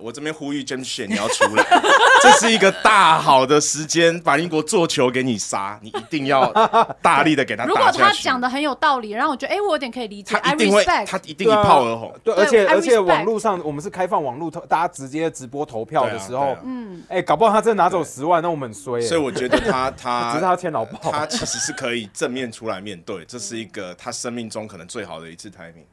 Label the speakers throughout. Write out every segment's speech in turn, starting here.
Speaker 1: 我这边呼吁 James Shen 你要出来， 这是一个大好的时间，把英国做球给你杀，你一定要大力的给他
Speaker 2: 如果
Speaker 1: 打
Speaker 2: 他
Speaker 1: 下去。
Speaker 2: 讲的很有道理，然后我觉得哎、我有点可以理解
Speaker 1: 他
Speaker 2: ，I
Speaker 1: 一定会，
Speaker 2: respect，
Speaker 1: 他一定一炮而红。
Speaker 3: 对，啊
Speaker 2: 对
Speaker 3: 而且
Speaker 2: I
Speaker 3: 而且
Speaker 2: respect
Speaker 3: 网络上我们是开放网络投，大家直接直播投票的时候
Speaker 1: 对啊，
Speaker 2: 嗯，
Speaker 3: 哎，搞不好他真的拿走十万，那我们很衰欸。
Speaker 1: 所以我觉得他
Speaker 3: 只
Speaker 1: 他
Speaker 3: 是他欠老鲍。
Speaker 1: 他其实是可以正面出来面对，这是一个他生命中可能最好的一次 timing。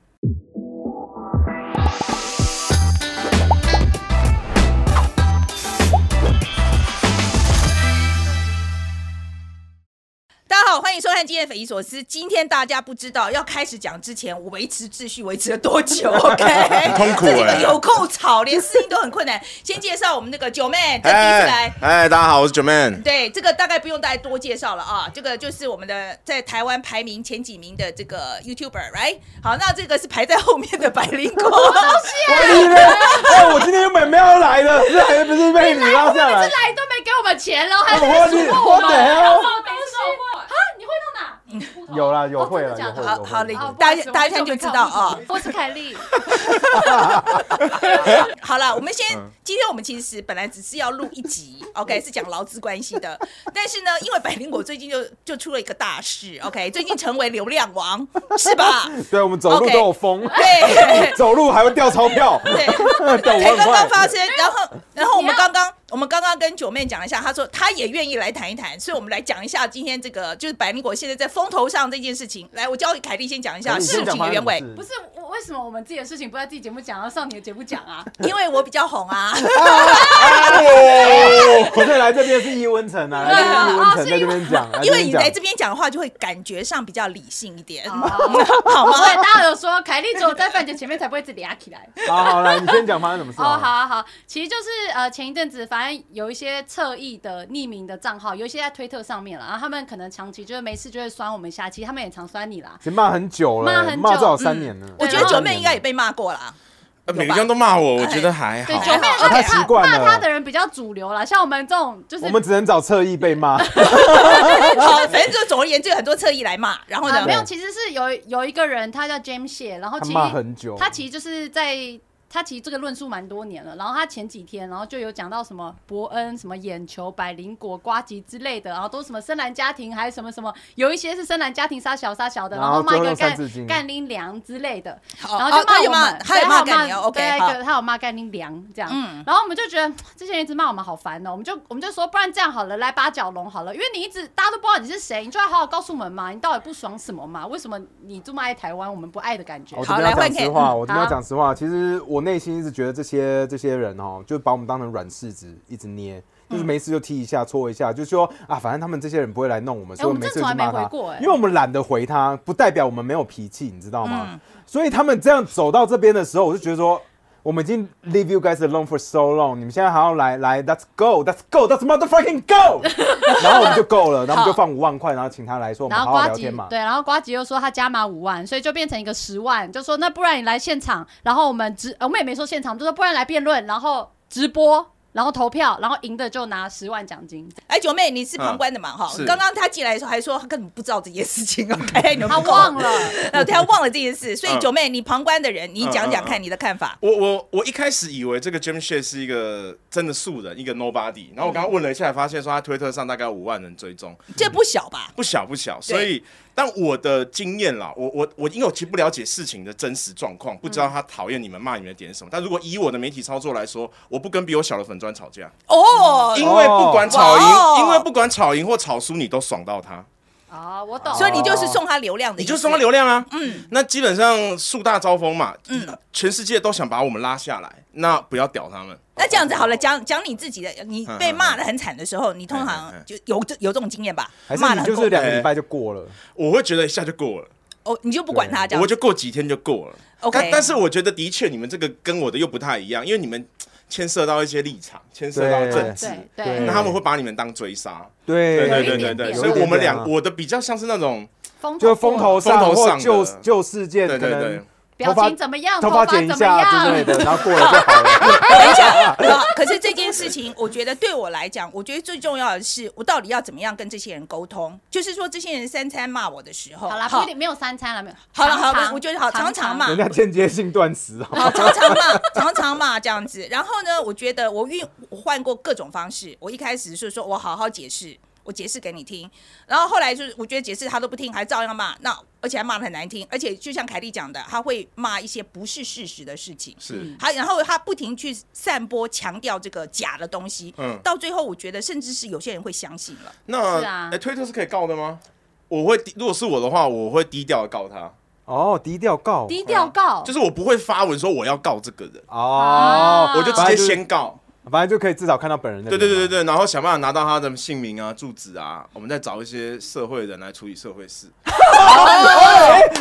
Speaker 4: 大家好，欢迎收看今天的匪夷所思。今天大家不知道要开始讲之前，我维持秩序维持了多久？OK，
Speaker 1: 痛苦
Speaker 4: 这几
Speaker 1: 欸
Speaker 4: 个有够吵，连适应都很困难。先介绍我们那个九妹，她第一次来
Speaker 1: 哎。哎，大家好，我是 Jerman。
Speaker 4: 对，这个大概不用大家多介绍了啊，这个就是我们的在台湾排名前几名的这个 YouTuber，right？好，那这个是排在后面的百灵果，
Speaker 3: 我今天，哎，我今天原本没有来的，这还不是被你拉下 来
Speaker 2: 这。来都没给我们钱了，还
Speaker 3: 哦我
Speaker 2: 在那边
Speaker 3: 你
Speaker 2: 数落我
Speaker 3: 我
Speaker 2: 们，
Speaker 3: 的 hell
Speaker 2: 报东西啊？你会到哪？
Speaker 3: 有啦，有
Speaker 2: 哦
Speaker 3: 会
Speaker 2: 真
Speaker 3: 了，
Speaker 2: 的假
Speaker 3: 有
Speaker 2: 的
Speaker 3: 会
Speaker 4: 好
Speaker 3: 有
Speaker 4: 好
Speaker 3: 会
Speaker 4: 嘞
Speaker 3: 有。
Speaker 2: 哦
Speaker 4: 大家大家看就知道啊。
Speaker 2: 不好 意思我很久没看我是凯莉，
Speaker 4: 好了，我们先，
Speaker 3: 嗯
Speaker 4: 今天我们其实本来只是要录一 集，OK，是讲劳资关系的。但是呢，因为百灵果最近就就出了一个大事，OK，最近成为流量 王，是吧？
Speaker 3: 对，我们走路
Speaker 4: OK
Speaker 3: 都有风，
Speaker 4: 对
Speaker 3: 走路还会掉钞票，
Speaker 4: 对，哎
Speaker 3: 掉五
Speaker 4: 才
Speaker 3: 万
Speaker 4: 刚刚
Speaker 3: 块。
Speaker 4: 发生。然后，然后我们刚刚我们刚刚跟九妹讲了一下，她说她也愿意来谈一谈，所以我们来讲一下今天这个就是百灵果现在在风头上这件事情。来，我交给凯莉先讲一
Speaker 1: 哎
Speaker 4: 下
Speaker 3: 你
Speaker 4: 事
Speaker 3: 先讲
Speaker 4: 情
Speaker 3: 发生
Speaker 4: 的原委
Speaker 3: 什，么
Speaker 2: 不
Speaker 3: 事
Speaker 2: 是我为什么我们自己的事情不在自己节目讲，
Speaker 4: 哦
Speaker 2: 要上你的节目讲啊？
Speaker 4: 因为我比较 红啊。
Speaker 3: 不是来这边是易温城啊，来这边是易温城在这边讲，
Speaker 4: 因为你来
Speaker 3: 来
Speaker 4: 这边讲的话，就会感觉上比较理性一点，
Speaker 3: 啊
Speaker 2: 哦
Speaker 4: 好吗？
Speaker 2: 对，大家有说凯莉只有在范姐前面才不会一直俩起来。
Speaker 3: 边，好好来，你先讲发生什么事。啊
Speaker 2: 哦，好好好，其实就是呃，前一阵子反正有一些侧翼的匿名的账号，有一些在推特上面了，然后他们可能长期就是没事就会酸我们一下，其实他们也常酸你啦。
Speaker 3: 其实骂很久
Speaker 2: 骂
Speaker 3: 了，
Speaker 2: 很久
Speaker 3: 骂至少三年了。
Speaker 4: 我觉得
Speaker 2: 啊
Speaker 4: 九妹应该也被骂过啦。
Speaker 1: 呃每个人都骂我，我觉得还
Speaker 2: 对，
Speaker 1: 好。
Speaker 2: 九妹
Speaker 4: 还好
Speaker 2: 骂
Speaker 4: 他
Speaker 3: 习惯
Speaker 2: 骂
Speaker 3: 了
Speaker 2: 他的人比较主流啦，像我们这种就是
Speaker 3: 我们只能找侧翼被骂，
Speaker 1: 啊
Speaker 4: 好，反正就总而言之，有很多侧翼来骂，然后
Speaker 2: 啊
Speaker 4: 呢
Speaker 2: 没，有，
Speaker 3: 对
Speaker 2: 其实是有有一个人，他叫 James 谢，然后
Speaker 3: 他
Speaker 2: 其
Speaker 3: 骂
Speaker 2: 实
Speaker 3: 很久。
Speaker 2: 他其实就是在他其实这个论述蛮多年了，然后他前几天然后就有讲到什么伯恩、什么眼球、百灵果、瓜吉之类的，然后都什么深蓝家庭，还有什么什么，有一些是深蓝家庭杀小杀小的，
Speaker 3: 然后
Speaker 2: 后骂一
Speaker 3: 最后
Speaker 2: 个
Speaker 3: 用三
Speaker 2: 干
Speaker 3: 字经
Speaker 2: 干林良之类的，
Speaker 4: 好
Speaker 2: 然后就
Speaker 4: 哦他
Speaker 2: 骂
Speaker 4: 有
Speaker 2: 我
Speaker 4: 骂，
Speaker 2: 们，
Speaker 4: 他
Speaker 2: 对
Speaker 4: 有骂干你
Speaker 2: 骂对
Speaker 4: 哦
Speaker 2: 他
Speaker 4: ，OK，好
Speaker 2: 有，他有骂干林良这样，
Speaker 4: 嗯
Speaker 2: 然后我们就觉得这些人一直骂我们好烦哦，我们就我们就说，不然这样好了，来八角笼好了，因为你一直大家都不知道你是谁，你就要好好告诉我们嘛，你到底不爽什么嘛？为什么你这么爱台湾，我们不爱的感觉
Speaker 3: 哦我？这
Speaker 4: 好
Speaker 3: 边
Speaker 4: 来
Speaker 3: 要
Speaker 4: 换
Speaker 3: 讲
Speaker 4: 给
Speaker 3: 实话，
Speaker 4: 嗯
Speaker 3: 我这边
Speaker 2: 好
Speaker 3: 要讲实话。其实我内心一直觉得这些这些人哦，就把我们当成软柿子，一直捏，
Speaker 2: 嗯
Speaker 3: 就是没事就踢一下、戳一下，就说啊，反正他们这些人不会来弄我们，
Speaker 2: 哎
Speaker 3: 所以
Speaker 2: 我们
Speaker 3: 没
Speaker 2: 真
Speaker 3: 事
Speaker 2: 的
Speaker 3: 就
Speaker 2: 从来
Speaker 3: 骂
Speaker 2: 没回
Speaker 3: 他
Speaker 2: 过哎。
Speaker 3: 因为我们懒得回他，不代表我们没有脾气，你知道
Speaker 2: 嗯
Speaker 3: 吗？所以他们这样走到这边的时候，我就觉得说。我们已经 leave you guys alone for so long，你们现在还要来来，Let's go，Let's go，Let's motherfucking go，然后我们就够了，然后我们就放五万块，然后请他来说我们
Speaker 2: 然
Speaker 3: 好
Speaker 2: 后
Speaker 3: 好
Speaker 2: 瓜
Speaker 3: 聊
Speaker 2: 吉
Speaker 3: 天嘛。
Speaker 2: 对，然后瓜吉又说他加码五万，所以就变成一个十万，就说那不然你来现场，然后我们直呃我们也没说现场，就说不然来辩论，然后直播，然后投票，然后赢的就拿十万奖金。
Speaker 4: 哎，九妹，你是旁观的嘛？哈
Speaker 1: 啊是，
Speaker 4: 刚刚他进来的时候还说他根本不知道这件事情，OK，你们
Speaker 2: 他
Speaker 4: 不懂
Speaker 2: 忘，了，
Speaker 4: 呃 对他忘了这件事，所以
Speaker 1: 嗯
Speaker 4: 九妹，你旁观的人，你讲讲看你的看法。
Speaker 1: 我我我一开始以为这个 James Shea 是一个真的素人，一个 nobody。然后我刚刚问了一下，发现说他推特上大概有五万人追踪，
Speaker 4: 这不小吧？
Speaker 1: 不小不小。所以，但我的经验啦，我我我因为我其实不了解事情的真实状况，不知道他讨厌你们骂你们的点是什么。但如果以我的媒体操作来说，我不跟比我小的粉砖吵架，
Speaker 4: 哦，
Speaker 1: 嗯因为不管吵
Speaker 4: 哇哦
Speaker 1: 赢，因为不管吵赢或吵输，你都爽到他。
Speaker 2: 啊、我懂。
Speaker 4: 所以你就是送他流量的
Speaker 1: 你
Speaker 4: 意思，
Speaker 1: 就送他流量啊。嗯，那基本上树大招风嘛，嗯，全世界都想把我们拉下来，那不要屌他们。
Speaker 4: 那这样子好了，讲讲你自己的，你
Speaker 1: 嗯
Speaker 4: 被
Speaker 1: 嗯
Speaker 4: 骂的很惨的时候，你通常
Speaker 1: 嗯嗯嗯
Speaker 4: 就有这有这种经验吧
Speaker 3: 还？是
Speaker 4: 骂的
Speaker 3: 你
Speaker 4: 很
Speaker 3: 就
Speaker 4: 过
Speaker 3: 是两个
Speaker 1: 哎
Speaker 3: 礼拜就过了，
Speaker 1: 我会觉得一下就过了，
Speaker 4: 哦，你就不管他这样
Speaker 1: 我。就过几天就过了。
Speaker 4: OK
Speaker 1: 但但是我觉得的确你们这个跟我的又不太一样，因为你们牵涉到一些立场，牵涉到政治，
Speaker 2: 对
Speaker 3: 对
Speaker 1: 那他们会把你们当追杀。
Speaker 3: 对
Speaker 1: 对对
Speaker 2: 有一
Speaker 1: 对
Speaker 2: 点
Speaker 1: 对
Speaker 2: 点
Speaker 1: 对，
Speaker 2: 有
Speaker 1: 所以
Speaker 2: 一
Speaker 1: 我们俩
Speaker 3: 我。
Speaker 1: 我的比较像是那种，
Speaker 2: 风
Speaker 3: 就是风头上
Speaker 1: 风头上
Speaker 3: 或
Speaker 1: 的
Speaker 3: 旧旧事件，
Speaker 1: 对
Speaker 3: 可
Speaker 1: 对
Speaker 3: 能
Speaker 1: 对。
Speaker 2: 表
Speaker 3: 头发
Speaker 2: 情怎么样，
Speaker 3: 头
Speaker 2: 发
Speaker 3: 发剪一
Speaker 2: 怎么
Speaker 3: 下之类
Speaker 2: 样？
Speaker 3: 的，然后过了就好了。
Speaker 4: 等一下，啊可是这件事情，我觉得对我来讲，我觉得最重要的是，我到底要怎么样跟这些人沟通？就是说，这些人三餐骂我的时候，
Speaker 2: 好啦，不一定没有三餐了，没有。
Speaker 4: 好了好
Speaker 2: 常
Speaker 4: 了，
Speaker 2: 常
Speaker 4: 我觉得好常常嘛，
Speaker 3: 人家间接性断食啊，
Speaker 4: 好，常常骂，常常骂这样子。然后呢，我觉得我运我换过各种方式。我一开始是说我好好解释，我解释给你听。然后后来就是我觉得解释他都不听，还照样骂。那而且还骂的很难听，而且就像凯莉讲的，他会骂一些不是事实的事情。
Speaker 1: 是
Speaker 4: 还然后他不停去散播强调这个假的东西，
Speaker 1: 嗯
Speaker 4: 到最后我觉得甚至是有些人会相信了。
Speaker 1: 那
Speaker 2: 是啊
Speaker 1: 哎、推特是可以告的吗？我会低，如果是我的话，我会低调的告他，
Speaker 3: 哦，低调告
Speaker 2: 低调告，
Speaker 1: 就是我不会发文说我要告这个人，
Speaker 3: 哦
Speaker 2: 啊，
Speaker 1: 我就直
Speaker 3: 反
Speaker 1: 接
Speaker 3: 正就是
Speaker 1: 先告。
Speaker 3: 反正就可以至少看到本人的
Speaker 1: 对
Speaker 3: 脸
Speaker 1: 对
Speaker 3: 嘛。
Speaker 1: 对对对，然后想办法拿到他的姓名啊、住址啊，我们再找一些社会人来处理社会事。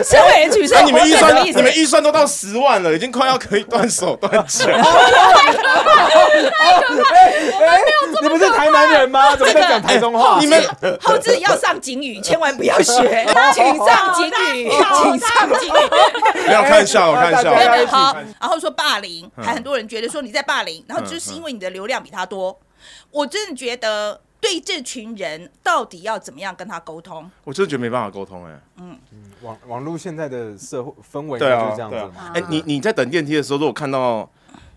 Speaker 4: 社会人取
Speaker 1: 那
Speaker 4: 胜，
Speaker 1: 你们预
Speaker 4: 我懂
Speaker 1: 算，
Speaker 4: 意思
Speaker 1: 你们预算都到十万了，已经快要可以断手断脚。
Speaker 3: 哎，你不是台南人吗？怎么在讲台中话？
Speaker 1: 哎你们
Speaker 4: 后置要上警语，千万不要学，请上警语，请上警语。
Speaker 1: 不要看笑，我看笑
Speaker 3: 大。家
Speaker 4: 对
Speaker 3: 一
Speaker 4: 对
Speaker 3: 起
Speaker 4: 好
Speaker 3: 看，
Speaker 4: 然后说霸凌，还很多人觉得说你在霸凌，然后就是因为你的流量比他多，我真的觉得对这群人到底要怎么样跟他沟通？
Speaker 1: 我真的觉得没办法沟通哎、
Speaker 3: 网网络现在的社会氛围就
Speaker 1: 对啊，
Speaker 3: 是这样子
Speaker 1: 对啊
Speaker 3: 嘛。
Speaker 1: 哎、你你在等电梯的时候，如果看到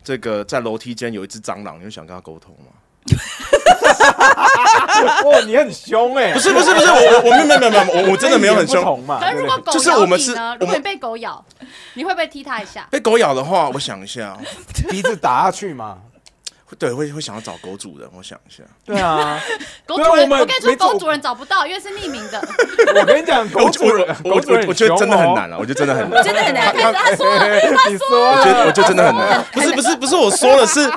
Speaker 1: 这个在楼梯间有一只蟑螂，你会想跟他沟通吗？
Speaker 3: 哇，你很凶哎！
Speaker 1: 啊不是不是不是，我我我没有没有没有没有，我我真的没有很
Speaker 3: 语言不
Speaker 1: 凶。
Speaker 3: 同嘛。
Speaker 2: 可是如果
Speaker 3: 啊对不
Speaker 2: 狗
Speaker 1: 就是
Speaker 2: 咬
Speaker 1: 我们
Speaker 2: 你
Speaker 1: 是我
Speaker 2: 呢？如果
Speaker 1: 们
Speaker 2: 你被狗咬，你会不会踢它一下？
Speaker 1: 被狗咬的话，我想一下哦，
Speaker 3: 对 鼻子打下去嘛。
Speaker 1: 对，会会想要找狗主人，我想一下。
Speaker 3: 对啊，
Speaker 2: 狗
Speaker 3: 对
Speaker 2: 主
Speaker 3: 我
Speaker 2: 人，
Speaker 3: 们
Speaker 2: 我跟你说，
Speaker 3: 没错
Speaker 2: 狗主人找不到，因为是匿名 的。
Speaker 3: 我跟你讲，
Speaker 1: 我
Speaker 3: 狗主人，
Speaker 1: 我我
Speaker 3: 狗主人哦
Speaker 1: 我觉得真的很难了，
Speaker 3: 了。
Speaker 1: 我觉得真的很难，
Speaker 4: 真的很难
Speaker 1: 他他
Speaker 2: 他说了，
Speaker 3: 你说啊
Speaker 1: 我觉得，
Speaker 3: 了
Speaker 1: 我觉得真的很难。不是不是不是，我说了是，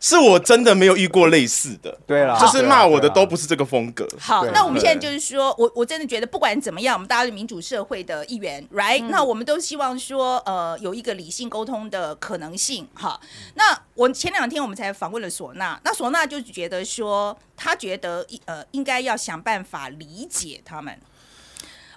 Speaker 1: 是我真的没有遇过类似的，
Speaker 3: 啊对啦，
Speaker 1: 就是骂我的都
Speaker 3: 是。
Speaker 1: 不是这个风格。
Speaker 4: 好
Speaker 3: 对，
Speaker 4: 那我们现在就是说，我我真的觉得不管怎么样，我们大家是民主社会的一员，right？、那
Speaker 1: 嗯
Speaker 4: 我们都希望说，呃，有一个理性沟通的可能性，哈。
Speaker 1: 嗯
Speaker 4: 那我前两天我们才访问了唢呐，那唢呐就觉得说，他觉得呃应该要想办法理解他们。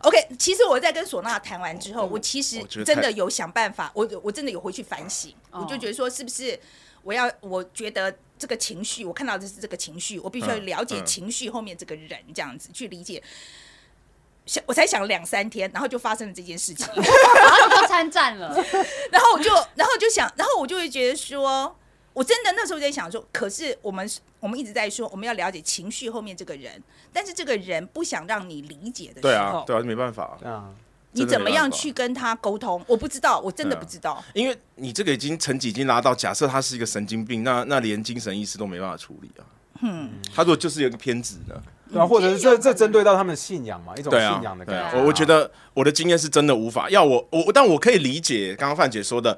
Speaker 4: OK，其实我在跟唢呐谈完之
Speaker 1: 哦
Speaker 4: 后，我其实
Speaker 1: 我觉得太
Speaker 4: 真的有想办法，我我真的有回去反省，
Speaker 2: 哦
Speaker 4: 我就觉得说是不是我要，我觉得这个情绪，我看到的是这个情绪，我必须要
Speaker 1: 嗯
Speaker 4: 了解
Speaker 1: 嗯
Speaker 4: 情绪后面这个人，这样子去理解。想我才想了两三天，然后就发生了这件事情，
Speaker 2: 然后你就参 战了。
Speaker 4: 然后我就然后就想，然后我就会觉得说，我真的那时候在想说，可是我们我们一直在说我们要了解情绪后面这个人，但是这个人不想让你理解的时候，
Speaker 1: 对啊，对啊，没办法啊，
Speaker 3: 啊，
Speaker 4: 你
Speaker 1: 真的
Speaker 4: 怎么
Speaker 1: 没
Speaker 4: 样
Speaker 1: 办法
Speaker 4: 去跟他沟通？我不知道，我真的
Speaker 1: 对啊
Speaker 4: 不知道。
Speaker 1: 因为你这个已经成绩已经拉到，假设他是一个神经病，那那连精神医师都没办法处理啊。嗯，他如果就是有一个偏执呢？
Speaker 3: 对啊，或者是这这针对到他们的信仰嘛，一种
Speaker 1: 对
Speaker 3: 信
Speaker 1: 啊
Speaker 3: 仰的，
Speaker 1: 对
Speaker 3: 感
Speaker 1: 啊
Speaker 3: 觉。
Speaker 1: 我我觉得我的经验是真的无法要我我，但我可以理解刚刚范姐说的，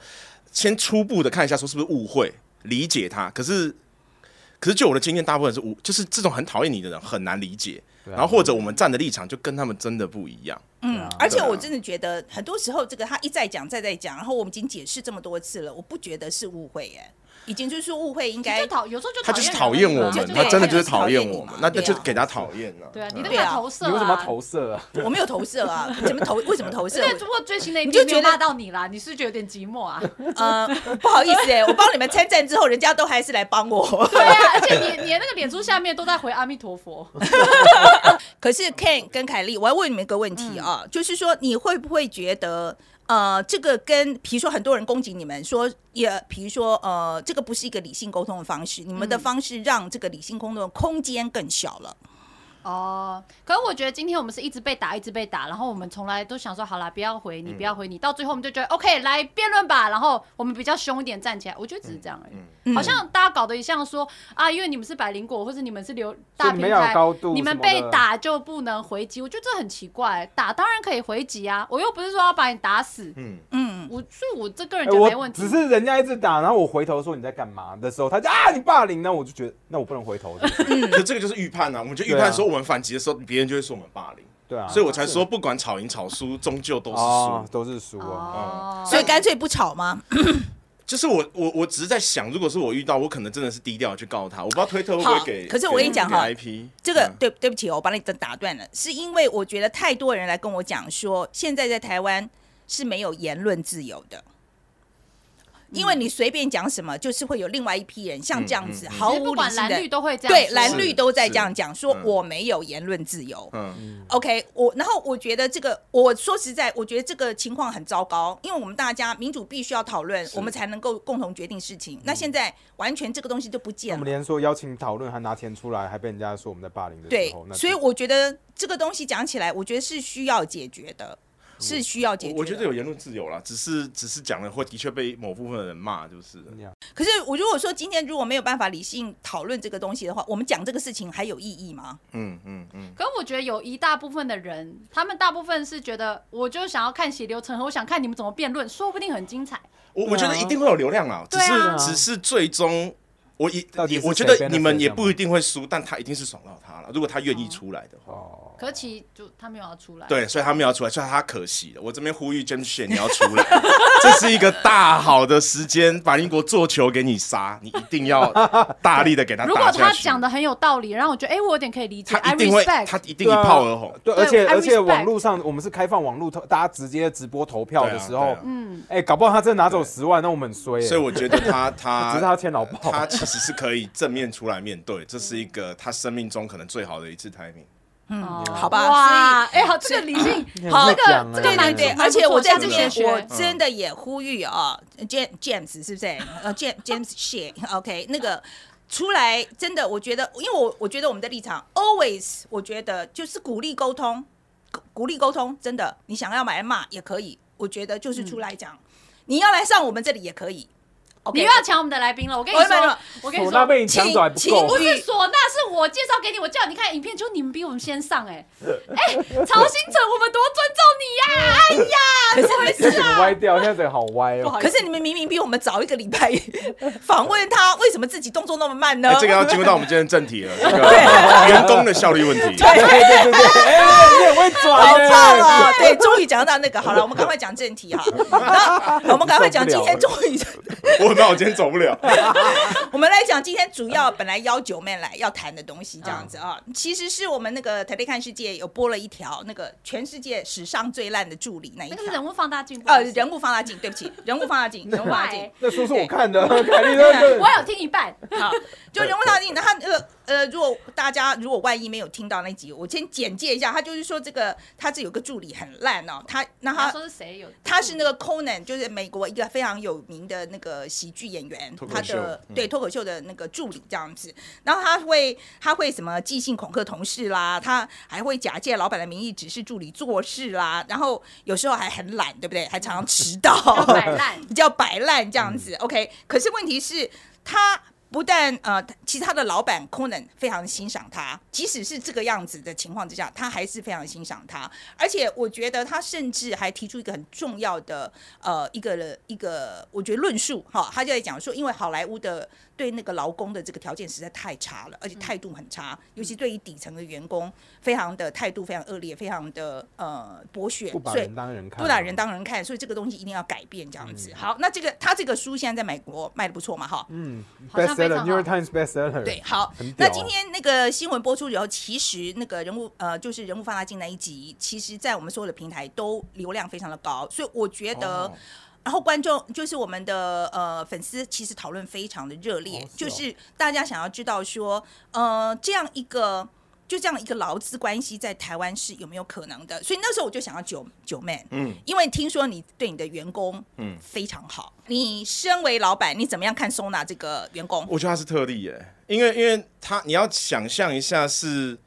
Speaker 1: 先初步的看一下说是不是误会，理解他。可是，可是就我的经验，大部分是无，就是这种很讨厌你的人很难理解，
Speaker 3: 对啊
Speaker 1: 然后或者我们站的立场就跟他们真的不一样。
Speaker 3: 对啊
Speaker 4: 嗯，而且
Speaker 1: 对啊
Speaker 4: 我真的觉得很多时候这个他一再讲再再讲，然后我们已经解释这么多次了，我不觉得是误会耶，已经就是误会应
Speaker 2: 你
Speaker 4: 该
Speaker 2: 就讨，有时候就
Speaker 1: 他就是
Speaker 2: 讨
Speaker 1: 讨厌
Speaker 2: 人
Speaker 1: 我
Speaker 2: 而已
Speaker 1: 们，
Speaker 2: 嘛
Speaker 1: 他
Speaker 4: 对
Speaker 1: 真的就是
Speaker 4: 他讨
Speaker 1: 讨
Speaker 4: 厌
Speaker 1: 厌
Speaker 4: 你
Speaker 1: 我
Speaker 4: 嘛
Speaker 1: 们，那那
Speaker 4: 对啊
Speaker 1: 就给他讨厌了。
Speaker 2: 对啊，你都
Speaker 1: 嗯
Speaker 2: 给他投射
Speaker 3: 你为什么要
Speaker 2: 啊。
Speaker 3: 投射啊？
Speaker 4: 我没有投射 啊，怎么投？为什么投射
Speaker 2: 对，？只不过追星那一
Speaker 4: 你
Speaker 2: 边
Speaker 4: 就
Speaker 2: 没
Speaker 4: 觉
Speaker 2: 有
Speaker 4: 得
Speaker 2: 骂到你啦，你是不是觉得有点寂寞 啊？
Speaker 4: 呃，不好意思哎，我帮你们参战之后，人家都还是来帮 我。
Speaker 2: 对啊，而且你你的那个脸书下面都在回阿弥陀佛，
Speaker 4: 可是 Ken 跟凯莉，我要问你们一个问题啊，就是说你会不会觉得，呃，这个跟比如说很多人攻击你们说，也比如说呃，这个不是一个理性沟通的方式，你们的方式让这个理性沟通的空间更小了。
Speaker 2: 哦，可是我觉得今天我们是一直被打，一直被打，然后我们从来都想说，好啦，不要回你，
Speaker 1: 嗯
Speaker 2: 不要回你，到最后我们就觉得 OK，来辩论吧，然后我们比较凶一点站起来，我觉得只是这样而已。
Speaker 4: 嗯
Speaker 2: 好像大家搞得也像说啊，因为你们是百灵果，或者你们是流大
Speaker 3: 所以你
Speaker 2: 平
Speaker 3: 们要有
Speaker 2: 台，
Speaker 3: 高度
Speaker 2: 你们
Speaker 3: 什么
Speaker 2: 被
Speaker 3: 的
Speaker 2: 打就不能回击，我觉得这很奇怪、打当然可以回击啊，我又不是说要把你打死，
Speaker 1: 嗯，
Speaker 4: 嗯，
Speaker 2: 我所以我这个人
Speaker 3: 哎
Speaker 2: 就没
Speaker 3: 我
Speaker 2: 问题。
Speaker 3: 只是人家一直打，然后我回头说你在干嘛的时候，他就啊你霸凌，那我就觉得那我不能回头， 是不是
Speaker 1: 可这个就是预判啊，我们就预
Speaker 3: 对啊
Speaker 1: 判说我们反击的时候，别人就会说我们霸凌，
Speaker 3: 对啊，
Speaker 1: 所以我才说不管吵赢吵输，终究都是输
Speaker 3: 哦。都是输
Speaker 2: 哦，
Speaker 3: 哦。
Speaker 4: 所以干脆不吵吗？
Speaker 1: 就是我我我只是在想，如果是我遇到，我可能真的是低调去告他，我不知道推特会不
Speaker 4: 好
Speaker 1: 会给。
Speaker 4: 可是我跟你讲哈
Speaker 1: 哈，IP
Speaker 4: 这个
Speaker 1: 嗯
Speaker 4: 对对不起哦，我把你打断了，是因为我觉得太多人来跟我讲说，现在在台湾是没有言论自由的。因
Speaker 2: 嗯
Speaker 4: 为你随便讲什么，就是会有另外一批人像这样
Speaker 1: 嗯
Speaker 4: 子毫
Speaker 2: 其实
Speaker 4: 无
Speaker 2: 不
Speaker 4: 理
Speaker 2: 管
Speaker 4: 性
Speaker 2: 蓝绿
Speaker 4: 的。
Speaker 2: 都会这样
Speaker 4: 对
Speaker 2: 说，
Speaker 4: 蓝绿都在
Speaker 1: 是
Speaker 4: 这样讲，说
Speaker 1: 嗯
Speaker 4: 我没有言论自由。
Speaker 1: 嗯
Speaker 4: OK，我然后我觉得这个，我说实在，我觉得这个情况很糟糕，因为我们大家民主必须要讨论，我们才能够共同决定事情。
Speaker 1: 嗯
Speaker 4: 那现在完全这个东西就不
Speaker 3: 我
Speaker 4: 见
Speaker 3: 们
Speaker 4: 了，
Speaker 3: 连说邀请讨论还拿钱出来，还被人家说我们在霸凌的
Speaker 4: 对
Speaker 3: 时候，，那
Speaker 4: 所以我觉得这个东西讲起来，我觉得是需要解决的，是需要解决
Speaker 1: 我
Speaker 4: 的。
Speaker 1: 我觉得有言论自由啦，只是只是讲了会的确被某部分人骂，就是
Speaker 3: 嗯
Speaker 1: 了
Speaker 4: 可是我如果说今天如果没有办法理性讨论这个东西的话，我们讲这个事情还有意义吗？
Speaker 1: 嗯嗯嗯，
Speaker 2: 可我觉得有一大部分的人，他们大部分是觉得，我就想要看血流成河，我想看你们怎么辩论，说不定很精彩。
Speaker 1: 我
Speaker 4: 啊
Speaker 1: 我觉得一定会有流量啦，只
Speaker 2: 对
Speaker 1: 是、
Speaker 2: 啊
Speaker 1: 只是最终。我一
Speaker 3: 到底
Speaker 1: 也
Speaker 3: 是
Speaker 1: 我觉
Speaker 3: 谁
Speaker 1: 得
Speaker 3: benefit
Speaker 1: 你们也
Speaker 3: 的吗
Speaker 1: 不一定会输，但他一定是爽到他了。如果他愿意出来的话，
Speaker 3: 哦，
Speaker 2: 可其实就他没有要出来，，
Speaker 1: 对，所以他们要出来，所以他可惜了。我这边呼吁 James s h a 你要出来， 这是一个大好的时间，把英国做球给你杀，你一定要大力的 给他
Speaker 2: 如果
Speaker 1: 打下
Speaker 2: 他
Speaker 1: 去。
Speaker 2: 讲的很有道理，让我觉得，哎、我有点可以理解
Speaker 1: 他
Speaker 2: ，I
Speaker 1: 一定会，
Speaker 2: respect
Speaker 1: 他。一定一炮而红。
Speaker 3: 对，啊
Speaker 2: 对
Speaker 3: 而且
Speaker 2: I
Speaker 3: 而且
Speaker 2: respect
Speaker 3: 网络上我们是开放网络投，大家直接直播投票
Speaker 1: 对
Speaker 3: 的
Speaker 1: 啊
Speaker 3: 时候
Speaker 1: 对啊，
Speaker 2: 嗯，
Speaker 3: 哎，搞不好他真的拿走十万，那我们很衰耶。
Speaker 1: 所以我觉得 他他
Speaker 3: 只是他欠老爸
Speaker 1: 他其实是可以正面出来面对，这是一个他生命中可能最好的一次 timing。
Speaker 2: 哦
Speaker 4: 嗯好吧
Speaker 2: 哇，哎、好，这个理性，
Speaker 3: 很
Speaker 4: 嗯
Speaker 2: 这
Speaker 3: 会
Speaker 2: 个
Speaker 3: 讲
Speaker 2: 这个
Speaker 3: 哎
Speaker 4: 对
Speaker 2: 蛮
Speaker 4: 对，
Speaker 2: 蛮
Speaker 4: 而
Speaker 2: 不错嗯
Speaker 4: 且啊我在
Speaker 2: 下
Speaker 4: 这
Speaker 2: 次
Speaker 4: 边
Speaker 2: 学
Speaker 4: 我
Speaker 2: 学
Speaker 4: 真的也呼吁啊，James James 是不是？呃，James James Share，OK，那个。出来真的，我觉得，因为我我觉得我们的立场 always，我觉得就是鼓励沟通，鼓鼓励沟通，真的，你想要买来骂也可以，我觉得就是出来讲，你要来上我们这里也可以，OK，
Speaker 2: 你又要抢我们的来宾了，我跟你
Speaker 4: 我要
Speaker 2: 说，我跟你
Speaker 3: 唢呐
Speaker 2: 说。
Speaker 3: 被你抢走还不
Speaker 4: 请
Speaker 3: 够
Speaker 4: 请
Speaker 2: 不是唢呐，是我介绍给你，我叫你看影片，就你们比我们先上哎、哎、曹新成，我们多尊重你呀、哎呀，可
Speaker 3: 现在整个歪掉，现在整个好歪哦。
Speaker 4: 可是你们明明比我们早一个礼拜 访问他，为什么自己动作那么慢呢？
Speaker 1: 哎， 这个要进入到我们今天的正题了，这个员工的效率问 题。
Speaker 3: 对对对对，哎，你也会
Speaker 4: 好
Speaker 3: 转耶
Speaker 4: 棒啊！对，终于讲到那个，好了，我们赶快讲正 题哈。那我们赶快讲今天，终于，
Speaker 1: 我很怕我今天走不了。
Speaker 4: 我们来讲今天主要本来邀九妹来要谈的东西，这样子啊，其实是我们那个《台北看世界》有播了一条那个全世界史上最烂的助理那一
Speaker 2: 那
Speaker 4: 条
Speaker 2: 个是，人物放大镜，
Speaker 4: 呃，
Speaker 2: 不好意思
Speaker 4: 人物放大镜，对不起，人物放大镜，人物 放大镜。
Speaker 3: 那书是我看的，凯莉那个
Speaker 2: 啊我有听一半，
Speaker 4: 好，就人物大帝，那他呃呃，如果大家如果万一没有听到那集，我先简介一下，他就是说这个他这有个助理很烂哦，他那
Speaker 2: 他
Speaker 4: 他
Speaker 2: 说是谁有？
Speaker 4: 他是那个 Conan，就是美国一个非常有名的那个喜剧演员
Speaker 1: 脱，口
Speaker 4: 他
Speaker 1: 秀
Speaker 4: 的
Speaker 1: 嗯
Speaker 4: 对脱口秀的那个助理这样子。然后他会他会什么即兴恐吓同事啦，他还会假借老板的名义指示助理做事啦，然后有时候还很懒，对不对？还常常迟到，
Speaker 2: 摆 烂
Speaker 4: 比较摆烂这样子。OK，可
Speaker 3: 嗯
Speaker 4: 是问题是，他不但呃，其实他的老板 Conan 非常欣赏他，即使是这个样子的情况之下，他还是非常欣赏他。而且我觉得他甚至还提出一个很重要的呃一个一个，我觉得论述哈，他就在讲说，因为好莱坞的对那个劳工的这个条件实在太差了，而且
Speaker 3: 嗯
Speaker 4: 态度很差，尤其对于底层的员工，非常的态度非常恶劣，非常的呃剥削，
Speaker 3: 不把
Speaker 4: 所以
Speaker 3: 人当人看，啊
Speaker 4: 不把人当人看，所以这个东西一定要改变这样子。好，那这个他这个书现在在美国卖的不错嘛，哈。
Speaker 3: 嗯
Speaker 2: 好像非常好
Speaker 3: ，bestseller，New York Times bestseller，
Speaker 4: 对，，好
Speaker 3: 很，屌啊
Speaker 4: 那今天那个新闻播出以后，其实那个人物呃，就是人物放大镜那一集，其实在我们所有的平台都流量非常的高，所以我觉得，
Speaker 1: 哦
Speaker 4: 然后观众就是我们的呃粉丝，其实讨论非常的热烈，
Speaker 3: 哦是哦
Speaker 4: 就是大家想要知道说，呃，这样一个就这样一个劳资关系在台湾是有没有可能的？所以那时候我就想要九九妹，
Speaker 1: 嗯，
Speaker 4: 因为听说你对你的员工
Speaker 1: 嗯
Speaker 4: 非常好，你身为老板，你怎么样看 Sona 这个员工？
Speaker 1: 我觉得他是特例耶，因为因为他你要想象一下是，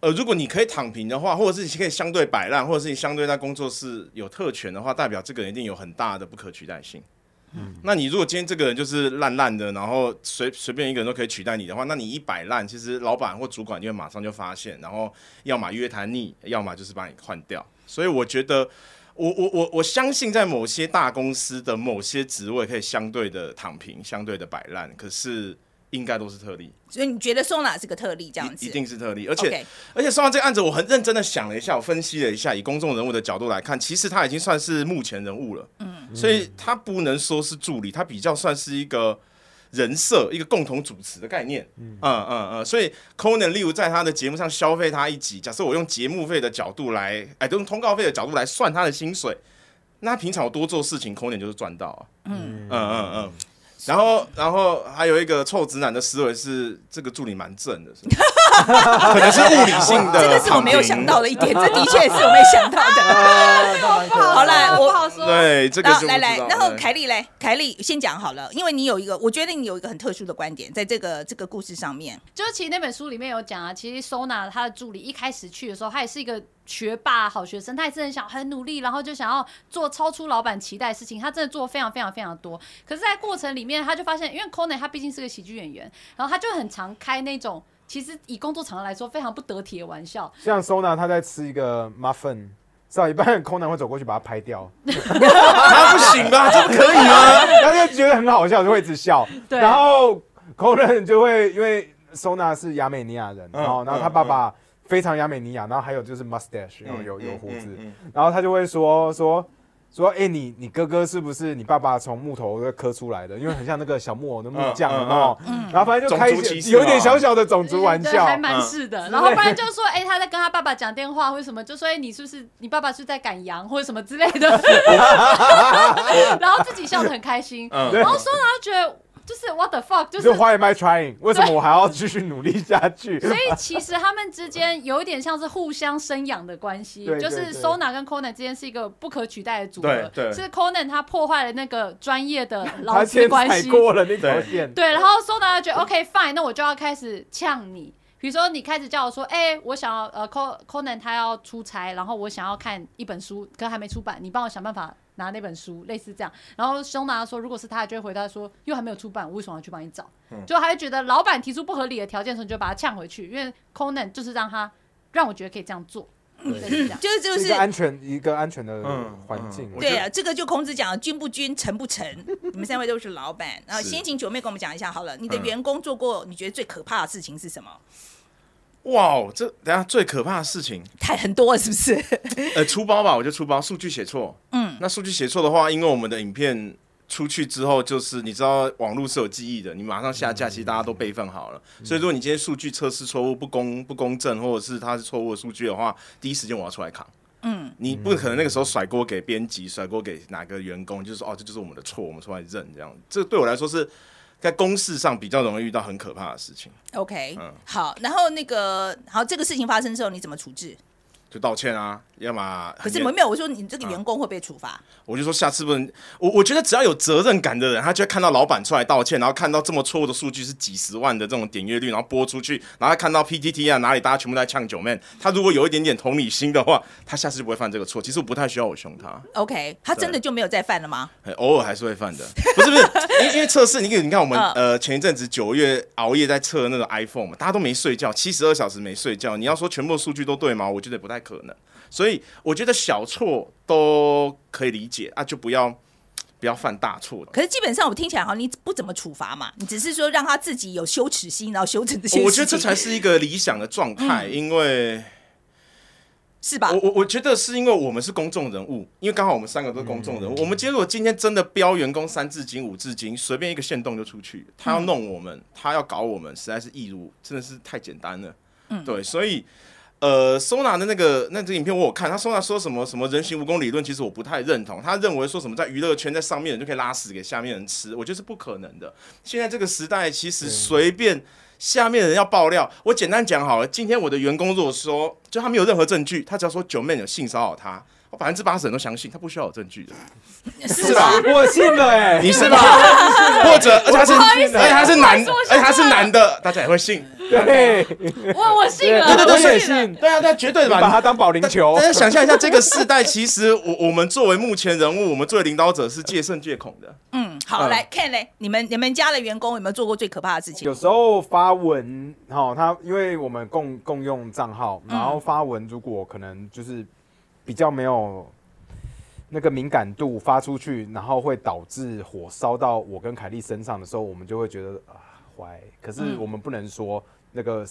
Speaker 1: 呃，如果你可以躺平的话，或者是你可以相对摆烂，或者是你相对在工作室有特权的话，代表这个人一定有很大的不可取代性。那你如果今天这个人就是烂烂的，然后随随便一个人都可以取代你的话，那你一摆烂，其实老板或主管就会马上就发现，然后要么约谈你，要么就是把你换掉。所以我觉得，我我我我相信，在某些大公司的某些职位可以相对的躺平，相对的摆烂，可是应该都是特例，
Speaker 4: 所以你觉得 Sona 是个特例这样
Speaker 1: 一
Speaker 4: 子？
Speaker 1: 一定是特例。而且
Speaker 4: OK
Speaker 1: 而且说到这个案子，我很认真的想了一下，我分析了一下，以公众人物的角度来看，其实他已经算是幕前人物了，嗯，所以他不能说是助理，他比较算是一个。人设一个共同主持的概念，嗯嗯嗯，所以 Conan 例如在他的节目上消费他一集，假设我用节目费的角度来，哎，用通告费的角度来算他的薪水，那他平常有多做事情，空点就是赚到啊。嗯嗯嗯嗯。然后，然后还有一个臭直男的思维是，这个助理蛮正的，是吧 可能是物理性的。
Speaker 4: 这个是我没有想到。的一点，这的确是我没想到的。好啦我
Speaker 2: 不哎好说。
Speaker 1: 对，这个
Speaker 4: 然后
Speaker 1: 是
Speaker 4: 来
Speaker 1: 我
Speaker 4: 来
Speaker 1: 知道，嗯
Speaker 4: 然后
Speaker 1: 对
Speaker 4: 凯莉来，凯莉先讲好了，因为你有一个，我觉得你有一个很特殊的观点，在这个这个故事上面，
Speaker 2: 就是其实那本书里面有讲啊，其实收纳他的助理一开始去的时候，他也是一个学霸好学生，他也是很想很努力，然后就想要做超出老板期待的事情，他真的做得非常非常非常多。可是，在过程里面，他就发现，因为 Conan 他毕竟是个喜剧演员，然后他就很常开那种其实以工作场合来说非常不得体的玩笑，
Speaker 3: 像 Sona 他在吃一个 muffin，吃到一半，空男会走过去把它拍掉，
Speaker 1: 啊，不行吧？这不可以吗？
Speaker 3: 他就觉得很好笑，就会一直笑。
Speaker 2: 对
Speaker 3: 然后 Conan 就会因为 Sona 是亚美尼亚人，
Speaker 1: 嗯
Speaker 3: 然后然后他
Speaker 1: 嗯
Speaker 3: 爸爸非常亚美尼亚，然后还有就是 mustache，然后有
Speaker 1: 嗯
Speaker 3: 有胡子，
Speaker 1: 嗯嗯
Speaker 3: 然后他就会说说说，哎、你你哥哥是不是你爸爸从木头磕出来的？因为很像那个小木偶的木匠
Speaker 1: 嗯嗯
Speaker 3: 哦。然后反正就开
Speaker 1: 种族歧
Speaker 3: 一
Speaker 1: 视
Speaker 3: 些有一点
Speaker 1: 嘛
Speaker 3: 小小的种族玩
Speaker 2: 对
Speaker 3: 笑嗯
Speaker 2: 还，蛮是的。然后不然就说，哎、他在跟他爸爸讲电话或者什么，就说，哎、你是不是你爸爸是在赶羊或者什么之类 的， 然后自己笑得很开心。
Speaker 1: 嗯
Speaker 2: 然后说，然后觉得就是 what the fuck，就是
Speaker 3: 就 Why am I trying？为什么我还要继续努力下去？
Speaker 2: 所以其实他们之间有一点像是互相生养的关系，
Speaker 3: 对对
Speaker 2: 就是
Speaker 3: 对
Speaker 2: Sona 跟 Conan 之间是一个不可取代的组合。
Speaker 1: 对对
Speaker 2: 是 Conan 他破坏了那个专业的劳
Speaker 3: 他
Speaker 2: 资
Speaker 3: 先
Speaker 2: 关
Speaker 3: 踩
Speaker 2: 系。
Speaker 3: 过了那条线，
Speaker 2: 对，然后 Sona 就觉得 OK fine，那我就要开始呛你。比如说，你开始叫我说，哎、我想要呃，Con Conan 他要出差，然后我想要看一本书，可还没出版，你帮我想办法拿那本书，类似这样。然后兄达说，如果是他，就会回答说，又还没有出版，我为什么要去帮你找？
Speaker 3: 嗯
Speaker 2: 就他会觉得老板提出不合理的条件的时候，你就把他呛回去，因为 Conan 就是让他让我觉得可以这样做，
Speaker 3: 嗯
Speaker 2: 类似这样。
Speaker 4: 就是就是
Speaker 3: 一
Speaker 4: 是
Speaker 3: 个安全一个安全的
Speaker 1: 嗯
Speaker 3: 环境
Speaker 1: 嗯。我觉
Speaker 4: 对
Speaker 1: 得
Speaker 4: 啊，这个就孔子讲的君不君，臣不臣，你们三位都是 老板。然后
Speaker 1: 是
Speaker 4: 先请九妹跟我们讲一下好了，你的
Speaker 1: 嗯
Speaker 4: 员工做过你觉得最可怕的事情是什么？
Speaker 1: 哇哦，这等一下最可怕的事情，
Speaker 4: 太很多了，是不是？
Speaker 1: 呃，出包吧，我就出包，数据写错。嗯，那数据写错的话，因为我们的影片出去之后，就是你知道网络是有记忆的，你马上下架，其实大家都备份好了。所以如果你今天数据测试错误、不公不公正，或者是它是错误的数据的话，第一时间我要出来扛。嗯，你不可能那个时候甩锅给编辑，甩锅给哪个员工，就是说哦，这就是我们的错，我们出来认这样。这对我来说是在公事上比较容易遇到很可怕的事情，
Speaker 4: OK，、
Speaker 1: 嗯
Speaker 4: 好，然后那个好，这个事情发生之后你怎么处置？
Speaker 1: 就道歉啊，要么
Speaker 4: 可
Speaker 1: 很
Speaker 4: 是
Speaker 1: 严嗯
Speaker 4: 没有，我说你这个员工会被处罚，
Speaker 1: 我就说下次不能，我我觉得只要有责任感的人，他就会看到老板出来道歉，然后看到这么错误的数据是几十万的这种点阅率，然后播出去，然后他看到 PTT 啊哪里大家全部都在呛九妹，他如果有一点点同理心的话，他下次就不会犯这个错。其实我不太需要我凶他，
Speaker 4: OK，他真的就没有再犯了吗？
Speaker 1: 哎偶尔还是会犯的， 不是不是，因为因为测试，你看你看我们、
Speaker 4: 嗯
Speaker 1: 呃前一阵子九月熬夜在测那个 iPhone 嘛，大家都没睡觉，七十二小时没睡觉，你要说全部的数据都对吗？我觉得不太可能，所以我觉得小错都可以理解啊，就不要不要犯大错了。
Speaker 4: 可是基本上我听起来好像你不怎么处罚嘛，你只是说让他自己有羞耻心，然后修正这些事情，
Speaker 1: 我觉得这才是一个理想的状态，因为
Speaker 4: 是吧
Speaker 1: 我？我我觉得是因为我们是公众人物，因为刚好我们三个都是公众人物。我们今天如果今天真的标员工三字经、五字经，随便一个限动就出去，他要弄我们，他要搞我们，实在是易如，真的是太简单了。
Speaker 4: 嗯
Speaker 1: 对，所以。呃，收纳的那个那这个影片我有看，他收纳说什么什么人形蜈蚣理论，其实我不太认同。他认为说什么在娱乐圈在上面人就可以拉屎给下面人吃，我觉得是不可能的。现在这个时代，其实随便下面人要爆料，我简单讲好了。今天我的员工如果说，就他没有任何证据，他只要说九妹有性骚扰他，我百分之八十人都相信，他不需要有证据的，是吧？
Speaker 3: 我信了 哎，
Speaker 1: 你是吧？ 或者，而且他是，
Speaker 2: 思
Speaker 1: 而且他是男的哎
Speaker 2: 我，
Speaker 1: 而且他是男的，大家也会信。
Speaker 3: 对，
Speaker 2: 我我信了，
Speaker 1: 对对对
Speaker 2: 我
Speaker 1: 所
Speaker 3: 我也
Speaker 1: 以
Speaker 2: 信了
Speaker 3: 信，
Speaker 1: 对啊，对啊，绝对的吧？
Speaker 3: 把它当保龄球
Speaker 1: 大。家想象一下，这个世代其实我我们作为幕前人物，我们作为领导者是戒慎戒恐的。
Speaker 4: 嗯，好，
Speaker 1: 嗯
Speaker 4: 来看嘞，你们你们家的员工有没有做过最可怕的事情？
Speaker 3: 有时候发文，哈、他因为我们共共用账号，然后发文如果可能就是比较没有那个敏感度发出去，然后会导致火烧到我跟凯莉身上的时候，我们就会觉得啊坏。可
Speaker 1: 嗯
Speaker 3: 是我们不能说那个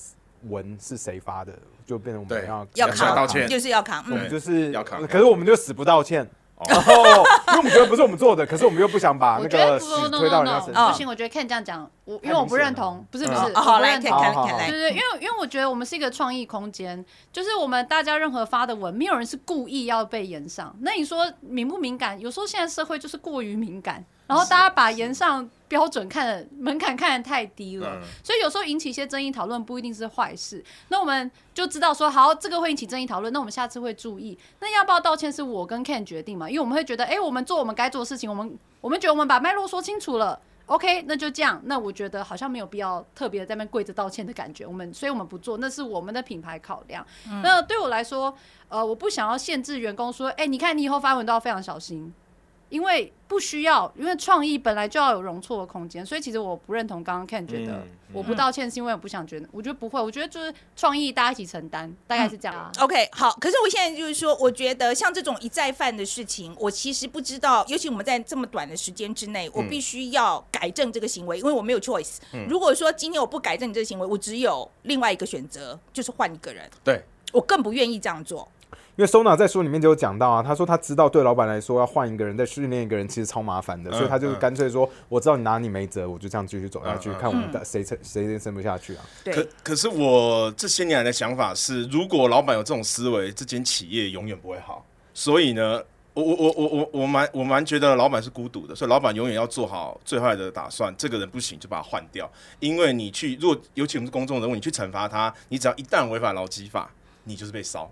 Speaker 3: 文是谁发的，就变成我们
Speaker 1: 对
Speaker 3: 要
Speaker 4: 要
Speaker 1: 扛
Speaker 4: 扛，
Speaker 1: 道歉
Speaker 4: 就是要扛。嗯
Speaker 1: 对
Speaker 3: 就是
Speaker 1: 要扛
Speaker 3: 可是我们就死不道歉。
Speaker 1: 哦，
Speaker 3: 哦，因为我们觉得不是我们做的，可是我们又不想把
Speaker 2: 我
Speaker 3: 那
Speaker 2: 觉得
Speaker 3: 个
Speaker 2: 不
Speaker 3: 屎
Speaker 2: no
Speaker 3: 推
Speaker 2: no
Speaker 3: 到人家
Speaker 2: no，
Speaker 3: 身
Speaker 2: no
Speaker 3: 上。
Speaker 2: 不行，我觉得看这样讲，我因
Speaker 3: 太
Speaker 2: 为我
Speaker 3: 明
Speaker 2: 不
Speaker 3: 显
Speaker 2: 认
Speaker 3: 了
Speaker 2: 同，不是
Speaker 3: 嗯
Speaker 2: 不
Speaker 4: 哦
Speaker 2: 是，
Speaker 4: 哦
Speaker 2: 我
Speaker 4: 好，
Speaker 2: 不
Speaker 4: 来
Speaker 2: 认
Speaker 4: 看
Speaker 2: 同。
Speaker 3: 好
Speaker 4: 看
Speaker 3: 好
Speaker 4: 看
Speaker 3: 好
Speaker 4: 来
Speaker 2: 对，对，因为因为我觉得我们是一个创意空间，就是我们大家任何发的文，没有人是故意要被延上。那你说敏不敏感？有时候现在社会就是过于敏感，然后大家把延上标准看的门槛看得太低了，
Speaker 1: 嗯
Speaker 2: 所以有时候引起一些争议讨论不一定是坏事。那我们就知道说，好，这个会引起争议讨论，那我们下次会注意。那要不要道歉是我跟 Ken 决定嘛？因为我们会觉得，哎、我们做我们该做的事情，我们我们觉得我们把脉络说清楚了。OK，那就这样。那我觉得好像没有必要特别在那边跪着道歉的感觉，我们所以我们不做，那是我们的品牌考量。那对我来说，呃，我不想要限制员工说，哎、你看你以后发文都要非常小心，因为不需要，因为创意本来就要有容错的空间。所以其实我不认同刚刚 Ken 觉得、
Speaker 3: 嗯
Speaker 2: 我不道歉是因为我不想觉得，我觉得不会，我觉得就是创意大家一起承担，大概是这样啊。
Speaker 4: OK，好。可是我现在就是说，我觉得像这种一再犯的事情，我其实不知道，尤其我们在这么短的时间之内，我
Speaker 1: 嗯
Speaker 4: 必须要改正这个行为，因为我没有 choice。如果说今天我不改正你这个行为，我只有另外一个选择，就是换一个人。
Speaker 1: 对，
Speaker 4: 我更不愿意这样做。
Speaker 3: 因为 Sona 在书里面就有讲到啊，他说他知道对老板来说要换一个人再训练一个人其实超麻烦的，
Speaker 1: 嗯
Speaker 3: 所以他就是
Speaker 1: 嗯
Speaker 3: 干脆说，我知道你拿你没辙，我就这样继续走下去，
Speaker 1: 嗯嗯
Speaker 3: 看我们的谁撑谁先撑不下去啊。
Speaker 1: 可
Speaker 4: 对，
Speaker 1: 可是我这些年来的想法是，如果老板有这种思维，这间企业永远不会好。所以呢，我我我我我我蛮我蛮觉得老板是孤独的，所以老板永远要做好最坏的打算。这个人不行就把他换掉，因为你去，如果尤其我们是公众人物，你去惩罚他，你只要一旦违反劳基法，你就是被烧。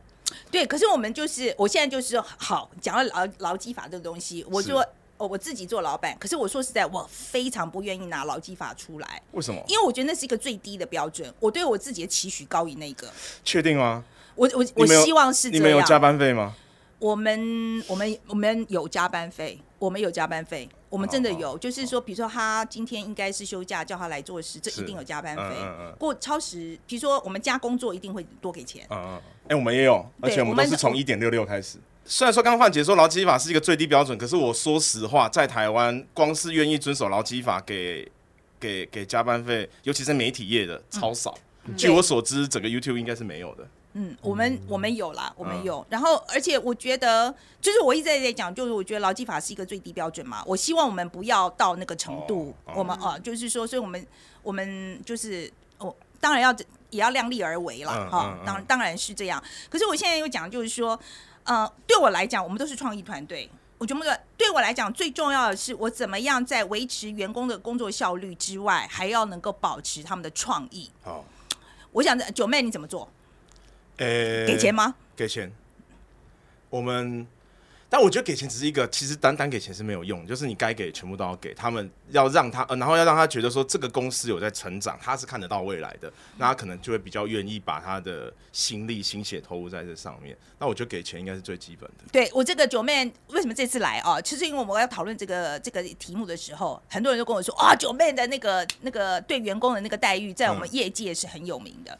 Speaker 4: 对。可是我们就是，我现在就是好讲到劳劳基法这个东西，我说
Speaker 1: 是
Speaker 4: 哦，我自己做老板，可是我说实在，我非常不愿意拿劳基法出来，
Speaker 1: 为什么？
Speaker 4: 因为我觉得那是一个最低的标准，我对我自己的期许高于那个。
Speaker 1: 确定吗？
Speaker 4: 我我
Speaker 1: 你
Speaker 4: 我
Speaker 1: 们有
Speaker 4: 希望是
Speaker 1: 你们
Speaker 4: 这
Speaker 1: 有加
Speaker 4: 样。
Speaker 1: 班费吗？
Speaker 4: 我们我们我们有加班费，我们有加班费，我们真的
Speaker 1: 哦
Speaker 4: 有。就是说，比如说他今天应该是休假，叫他来做事，这
Speaker 1: 是
Speaker 4: 一定有加班费。
Speaker 1: 嗯嗯嗯
Speaker 4: 过超时，比如说我们加工作一定会多给钱。
Speaker 1: 嗯嗯，嗯哎、我们也有，而
Speaker 4: 对
Speaker 1: 且我们
Speaker 4: 我
Speaker 1: 都
Speaker 4: 们
Speaker 1: 是从一点六六开始。虽然说刚刚范姐说劳基法是一个最低标准，可是我说实话，在台湾光是愿意遵守劳基法给给给加班费，尤其是媒体业的超少。据我所知，整个 YouTube 应该是没有的。
Speaker 4: 嗯，我们我们有啦，我
Speaker 1: 嗯
Speaker 4: 们有。然后，而且我觉得，就是我一直在讲，就是我觉得劳基法是一个最低标准嘛。我希望我们不要到那个程度。
Speaker 1: 哦哦
Speaker 4: 我们啊、就是说，所以我们我们就是哦，当然要也要量力而为啦，
Speaker 1: 嗯嗯
Speaker 4: 哈、
Speaker 1: 嗯
Speaker 4: 当当然是这样。可是我现在又讲，就是说，呃，对我来讲，我们都是创意团队。我觉得对我来讲，最重要的是我怎么样在维持员工的工作效率之外，还要能够保持他们的创意。
Speaker 1: 好，
Speaker 4: 我想，九妹你怎么做？
Speaker 1: 呃、
Speaker 4: 给钱？吗？
Speaker 1: 给钱。我们，但我觉得给钱只是一个，其实单单给钱是没有用，就是你该给全部都要给他们，要让他，呃、然后要让他觉得说这个公司有在成长，他是看得到未来的，那他可能就会比较愿意把他的心力、心血投入在这上面。那我觉得给钱应该是最基本的。
Speaker 4: 对我这个九妹为什么这次来啊？就是因为我们要讨论这个这个题目的时候，很多人都跟我说啊，九妹的那个那个对员工的那个待遇，在我们业界是很有名的。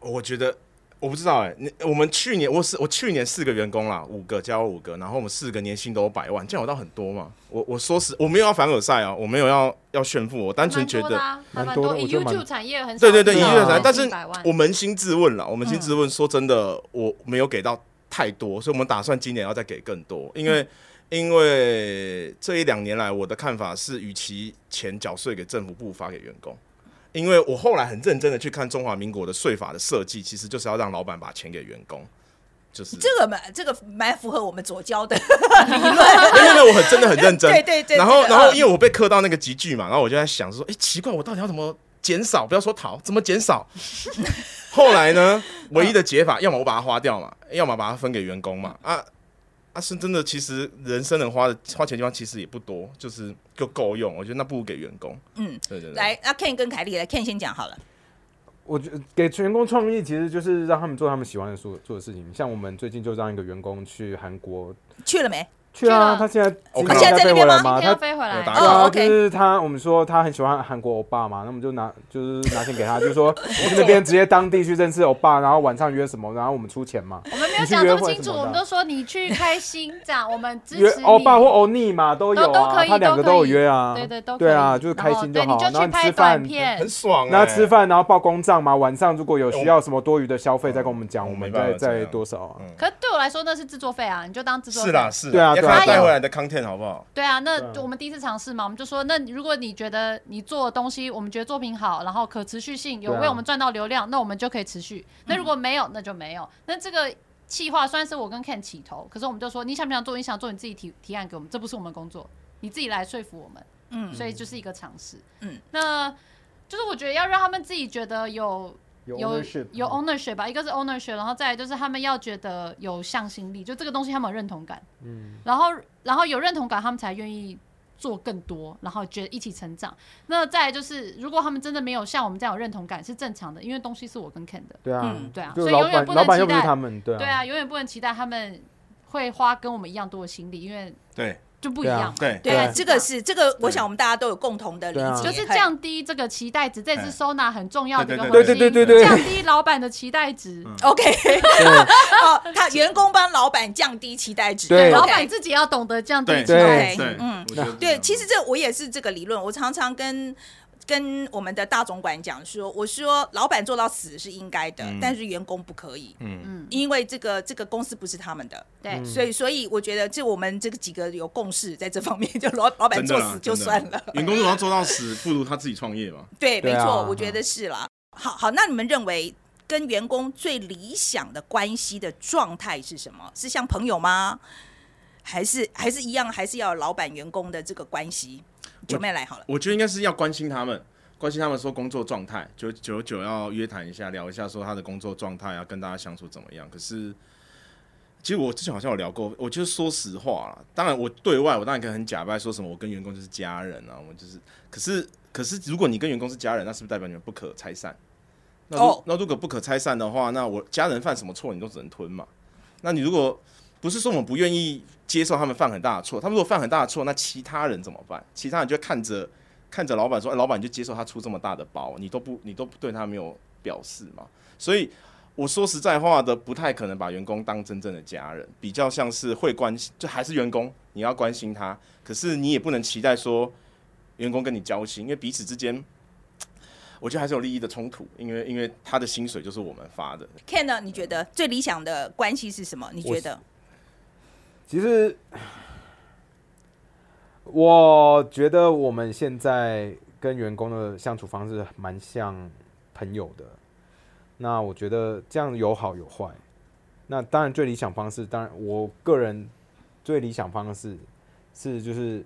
Speaker 1: 我觉得我不知道哎、你我们去年我是我去年四个员工啦，五个加我五个，然后我们四个年薪都有百万，这样有到很多嘛？我我说实，我没有要凡尔赛啊，我没有要要炫富，我单纯觉
Speaker 2: 蛮多
Speaker 1: 得
Speaker 2: 的。啊还
Speaker 3: 蛮
Speaker 2: 蛮
Speaker 3: 多
Speaker 2: 多
Speaker 3: 的
Speaker 2: 以
Speaker 3: 我觉得蛮
Speaker 2: YouTube 产业很少
Speaker 1: 对对对，一
Speaker 2: 见
Speaker 3: 对
Speaker 1: 月
Speaker 3: 啊
Speaker 2: 到
Speaker 1: 才，但是
Speaker 2: 近百万嗯
Speaker 1: 我扪心自问了，我扪心自问，说真的，我没有给到太多，所以我们打算今年要再给更多，因
Speaker 2: 嗯
Speaker 1: 为。因为这一两年来，我的看法是，与其钱缴税给政府，不如发给员工。因为我后来很认真的去看中华民国的税法的设计，其实就是要让老板把钱给员工，就是
Speaker 4: 这个蛮这个蛮符合我们左交的
Speaker 1: 没有没有，我很真的很认真。
Speaker 4: 对对对
Speaker 1: 然后
Speaker 4: 这个
Speaker 1: 然后
Speaker 4: 嗯
Speaker 1: 因为我被刻到那个集句嘛，然后我就在想说，哎，奇怪，我到底要怎么减少？不要说逃，怎么减少？ 后来呢，
Speaker 4: 嗯
Speaker 1: 唯一的解法，要么我把它花掉嘛，要么把它分给员工嘛。啊啊，是真的，其实人生能花的花钱地方其实也不多，就是就够用。我觉得那不如给员工。
Speaker 4: 嗯，
Speaker 1: 对对对。
Speaker 4: 来，那 Ken 跟凯莉来，Ken 先讲好了。
Speaker 3: 我觉得给员工创意其实就是让他们做他们喜欢的做做的事情，像我们最近就让一个员工去韩国
Speaker 4: 去了没？
Speaker 3: 去啊，
Speaker 2: 了
Speaker 3: 他现在
Speaker 1: 我
Speaker 3: 今
Speaker 1: 看
Speaker 3: 天
Speaker 1: 到
Speaker 3: 要飞
Speaker 4: 现在在那
Speaker 3: 回
Speaker 4: 边
Speaker 3: 来
Speaker 4: 吗
Speaker 3: 吗？
Speaker 2: 今天
Speaker 3: 他
Speaker 2: 要飞回来
Speaker 1: 有打
Speaker 3: 对
Speaker 1: 哦
Speaker 3: 啊，就
Speaker 4: OK
Speaker 3: 是他，我们说他很喜欢韩国欧巴嘛，那我们就拿就是拿钱给他，就是说去那边直接当地去认识欧巴，然后晚上约什么，然后我们出钱嘛。
Speaker 2: 我们没有
Speaker 3: 你去
Speaker 2: 讲
Speaker 3: 约
Speaker 2: 这么
Speaker 3: 会
Speaker 2: 清
Speaker 3: 什
Speaker 2: 楚，
Speaker 3: 么的
Speaker 2: 我们都说你去开心，这样我们支
Speaker 3: 啊约
Speaker 2: 持你。
Speaker 3: 欧巴或欧尼嘛都有
Speaker 2: 都都
Speaker 3: 啊，
Speaker 2: 可以，
Speaker 3: 他两个
Speaker 2: 都
Speaker 3: 有
Speaker 2: 可以
Speaker 3: 约啊，
Speaker 2: 对对都可以
Speaker 3: 对啊，就是开心
Speaker 2: 然
Speaker 3: 好，
Speaker 2: 后对，
Speaker 3: 然
Speaker 2: 你就
Speaker 3: 后
Speaker 2: 去
Speaker 3: 你
Speaker 2: 拍
Speaker 3: 吃
Speaker 2: 短
Speaker 3: 饭，
Speaker 2: 片
Speaker 1: 很，爽、欸。
Speaker 3: 那吃饭然后报公账嘛，晚上如果有需
Speaker 1: 我
Speaker 3: 要什么多余的消费再跟我们讲，
Speaker 1: 我
Speaker 3: 我们
Speaker 1: 没办
Speaker 3: 再
Speaker 1: 法这
Speaker 3: 再
Speaker 1: 样
Speaker 3: 多少啊，
Speaker 1: 嗯
Speaker 2: 可是对我来说那是制作费啊，你就当制作费
Speaker 1: 是啦，是啦，
Speaker 3: 对啊
Speaker 1: 要
Speaker 2: 啊
Speaker 3: 对
Speaker 1: 看他
Speaker 2: 对啊
Speaker 1: 带回来的 content 好不好？
Speaker 2: 对啊，那
Speaker 3: 对啊
Speaker 2: 我们第一次尝试嘛，我们就说，那如果你觉得你做的东西，我们觉得作品好，然后可持续性有
Speaker 3: 对啊
Speaker 2: 为我们赚到流量，那我们就可以持续。那如果没有，那就没有。那这个计划虽然是我跟 Ken 起头，可是我们就说，你想不想做？你想做，你自己提提案给我们，这不是我们工作，你自己来说服我们。
Speaker 4: 嗯
Speaker 2: 所以就是一个尝试。
Speaker 4: 嗯，
Speaker 2: 那就是我觉得要让他们自己觉得有有
Speaker 3: ownership
Speaker 2: 有
Speaker 3: 嗯
Speaker 2: ownership 吧，一个是 ownership，然后再来就是他们要觉得有向心力，就这个东西他们有认同感，嗯，然后然后有认同感，他们才愿意做更多，然后觉得一起成长。那再来就是，如果他们真的没有像我们这样有认同感，是正常的，因为东西是我跟 Ken 的，
Speaker 3: 对啊
Speaker 4: 嗯，
Speaker 2: 对啊
Speaker 3: 就
Speaker 2: 所以
Speaker 3: 老
Speaker 2: 永远
Speaker 3: 板
Speaker 2: 不
Speaker 3: 老
Speaker 2: 能
Speaker 3: 板又
Speaker 2: 期
Speaker 3: 不是
Speaker 2: 待
Speaker 3: 他们，对
Speaker 2: 对
Speaker 3: 啊，
Speaker 2: 啊，永远不能期待他们会花跟我们一样多的心力，因为
Speaker 1: 对
Speaker 2: 就不一样嘛。
Speaker 1: 对
Speaker 4: 对啊，
Speaker 3: 对
Speaker 4: 这个是这个，我想我们大家都有共同的理解，
Speaker 2: 就是降低这个期待值，这也是收纳很重要的一个
Speaker 1: 对对
Speaker 2: 核心。
Speaker 3: 对对对对
Speaker 2: 降低老板的期待值，
Speaker 1: 嗯
Speaker 4: OK，
Speaker 3: 对
Speaker 4: 好，他员工帮老板降低期待值，
Speaker 3: 对
Speaker 2: 老
Speaker 4: OK
Speaker 2: 板自己要懂得降低
Speaker 1: 对
Speaker 2: 期待
Speaker 3: 对
Speaker 1: 对对，
Speaker 4: 嗯
Speaker 1: 我觉得
Speaker 4: 对，其实这我也是这个理论，我常常跟。跟我们的大总管讲说，我说老板做到死是应该的，
Speaker 1: 嗯
Speaker 4: 但是员工不可以，
Speaker 1: 嗯，
Speaker 2: 嗯，
Speaker 4: 因为这个这个公司不是他们的，
Speaker 3: 嗯
Speaker 2: 对，
Speaker 4: 所以所以我觉得这我们这个几个有共识在这方面，就老老板
Speaker 1: 真的
Speaker 4: 做
Speaker 1: 啦
Speaker 4: 死就
Speaker 1: 真的
Speaker 4: 算了。
Speaker 1: 员工如果要做到死，不如他自己创业嘛。
Speaker 4: 对，没
Speaker 3: 对啊
Speaker 4: 错，
Speaker 1: 嗯
Speaker 4: 我觉得是啦。好好，那你们认为跟员工最理想的关系的状态是什么？是像朋友吗？还是还是一样，还是要有老板员工的这个关系？九妹来好了，
Speaker 1: 我觉得应该是要关心他们，关心他们说工作状态，九九九要约谈一下，聊一下说他的工作状态啊，跟大家相处怎么样。可是，其实我之前好像有聊过，我就是说实话啦，当然我对外我当然可以很假掰，说什么我跟员工就是家人啊，我们就是，可是可是如果你跟员工是家人，那是不是代表你们不可拆散？那如、
Speaker 4: 哦
Speaker 1: 那如果不可拆散的话，那我家人犯什么错，你都只能吞嘛。那你如果不是说我们不愿意接受他们犯很大的错，他们如果犯很大的错，那其他人怎么办？其他人就看着看着老板说，哎老板你就接受他出这么大的包，你都不你都对他没有表示嘛？所以我说实在话的，不太可能把员工当真正的家人，比较像是会关心，就还是员工，你要关心他，可是你也不能期待说员工跟你交心，因为彼此之间。我觉得还是有利益的冲突，因为因为他的薪水就是我们发的，
Speaker 4: Ken 呢？你觉得最理想的关系是什么？你觉得？
Speaker 3: 其实，我觉得我们现在跟员工的相处方式蛮像朋友的。那我觉得这样有好有坏。那当然最理想方式，当然我个人最理想方式是就是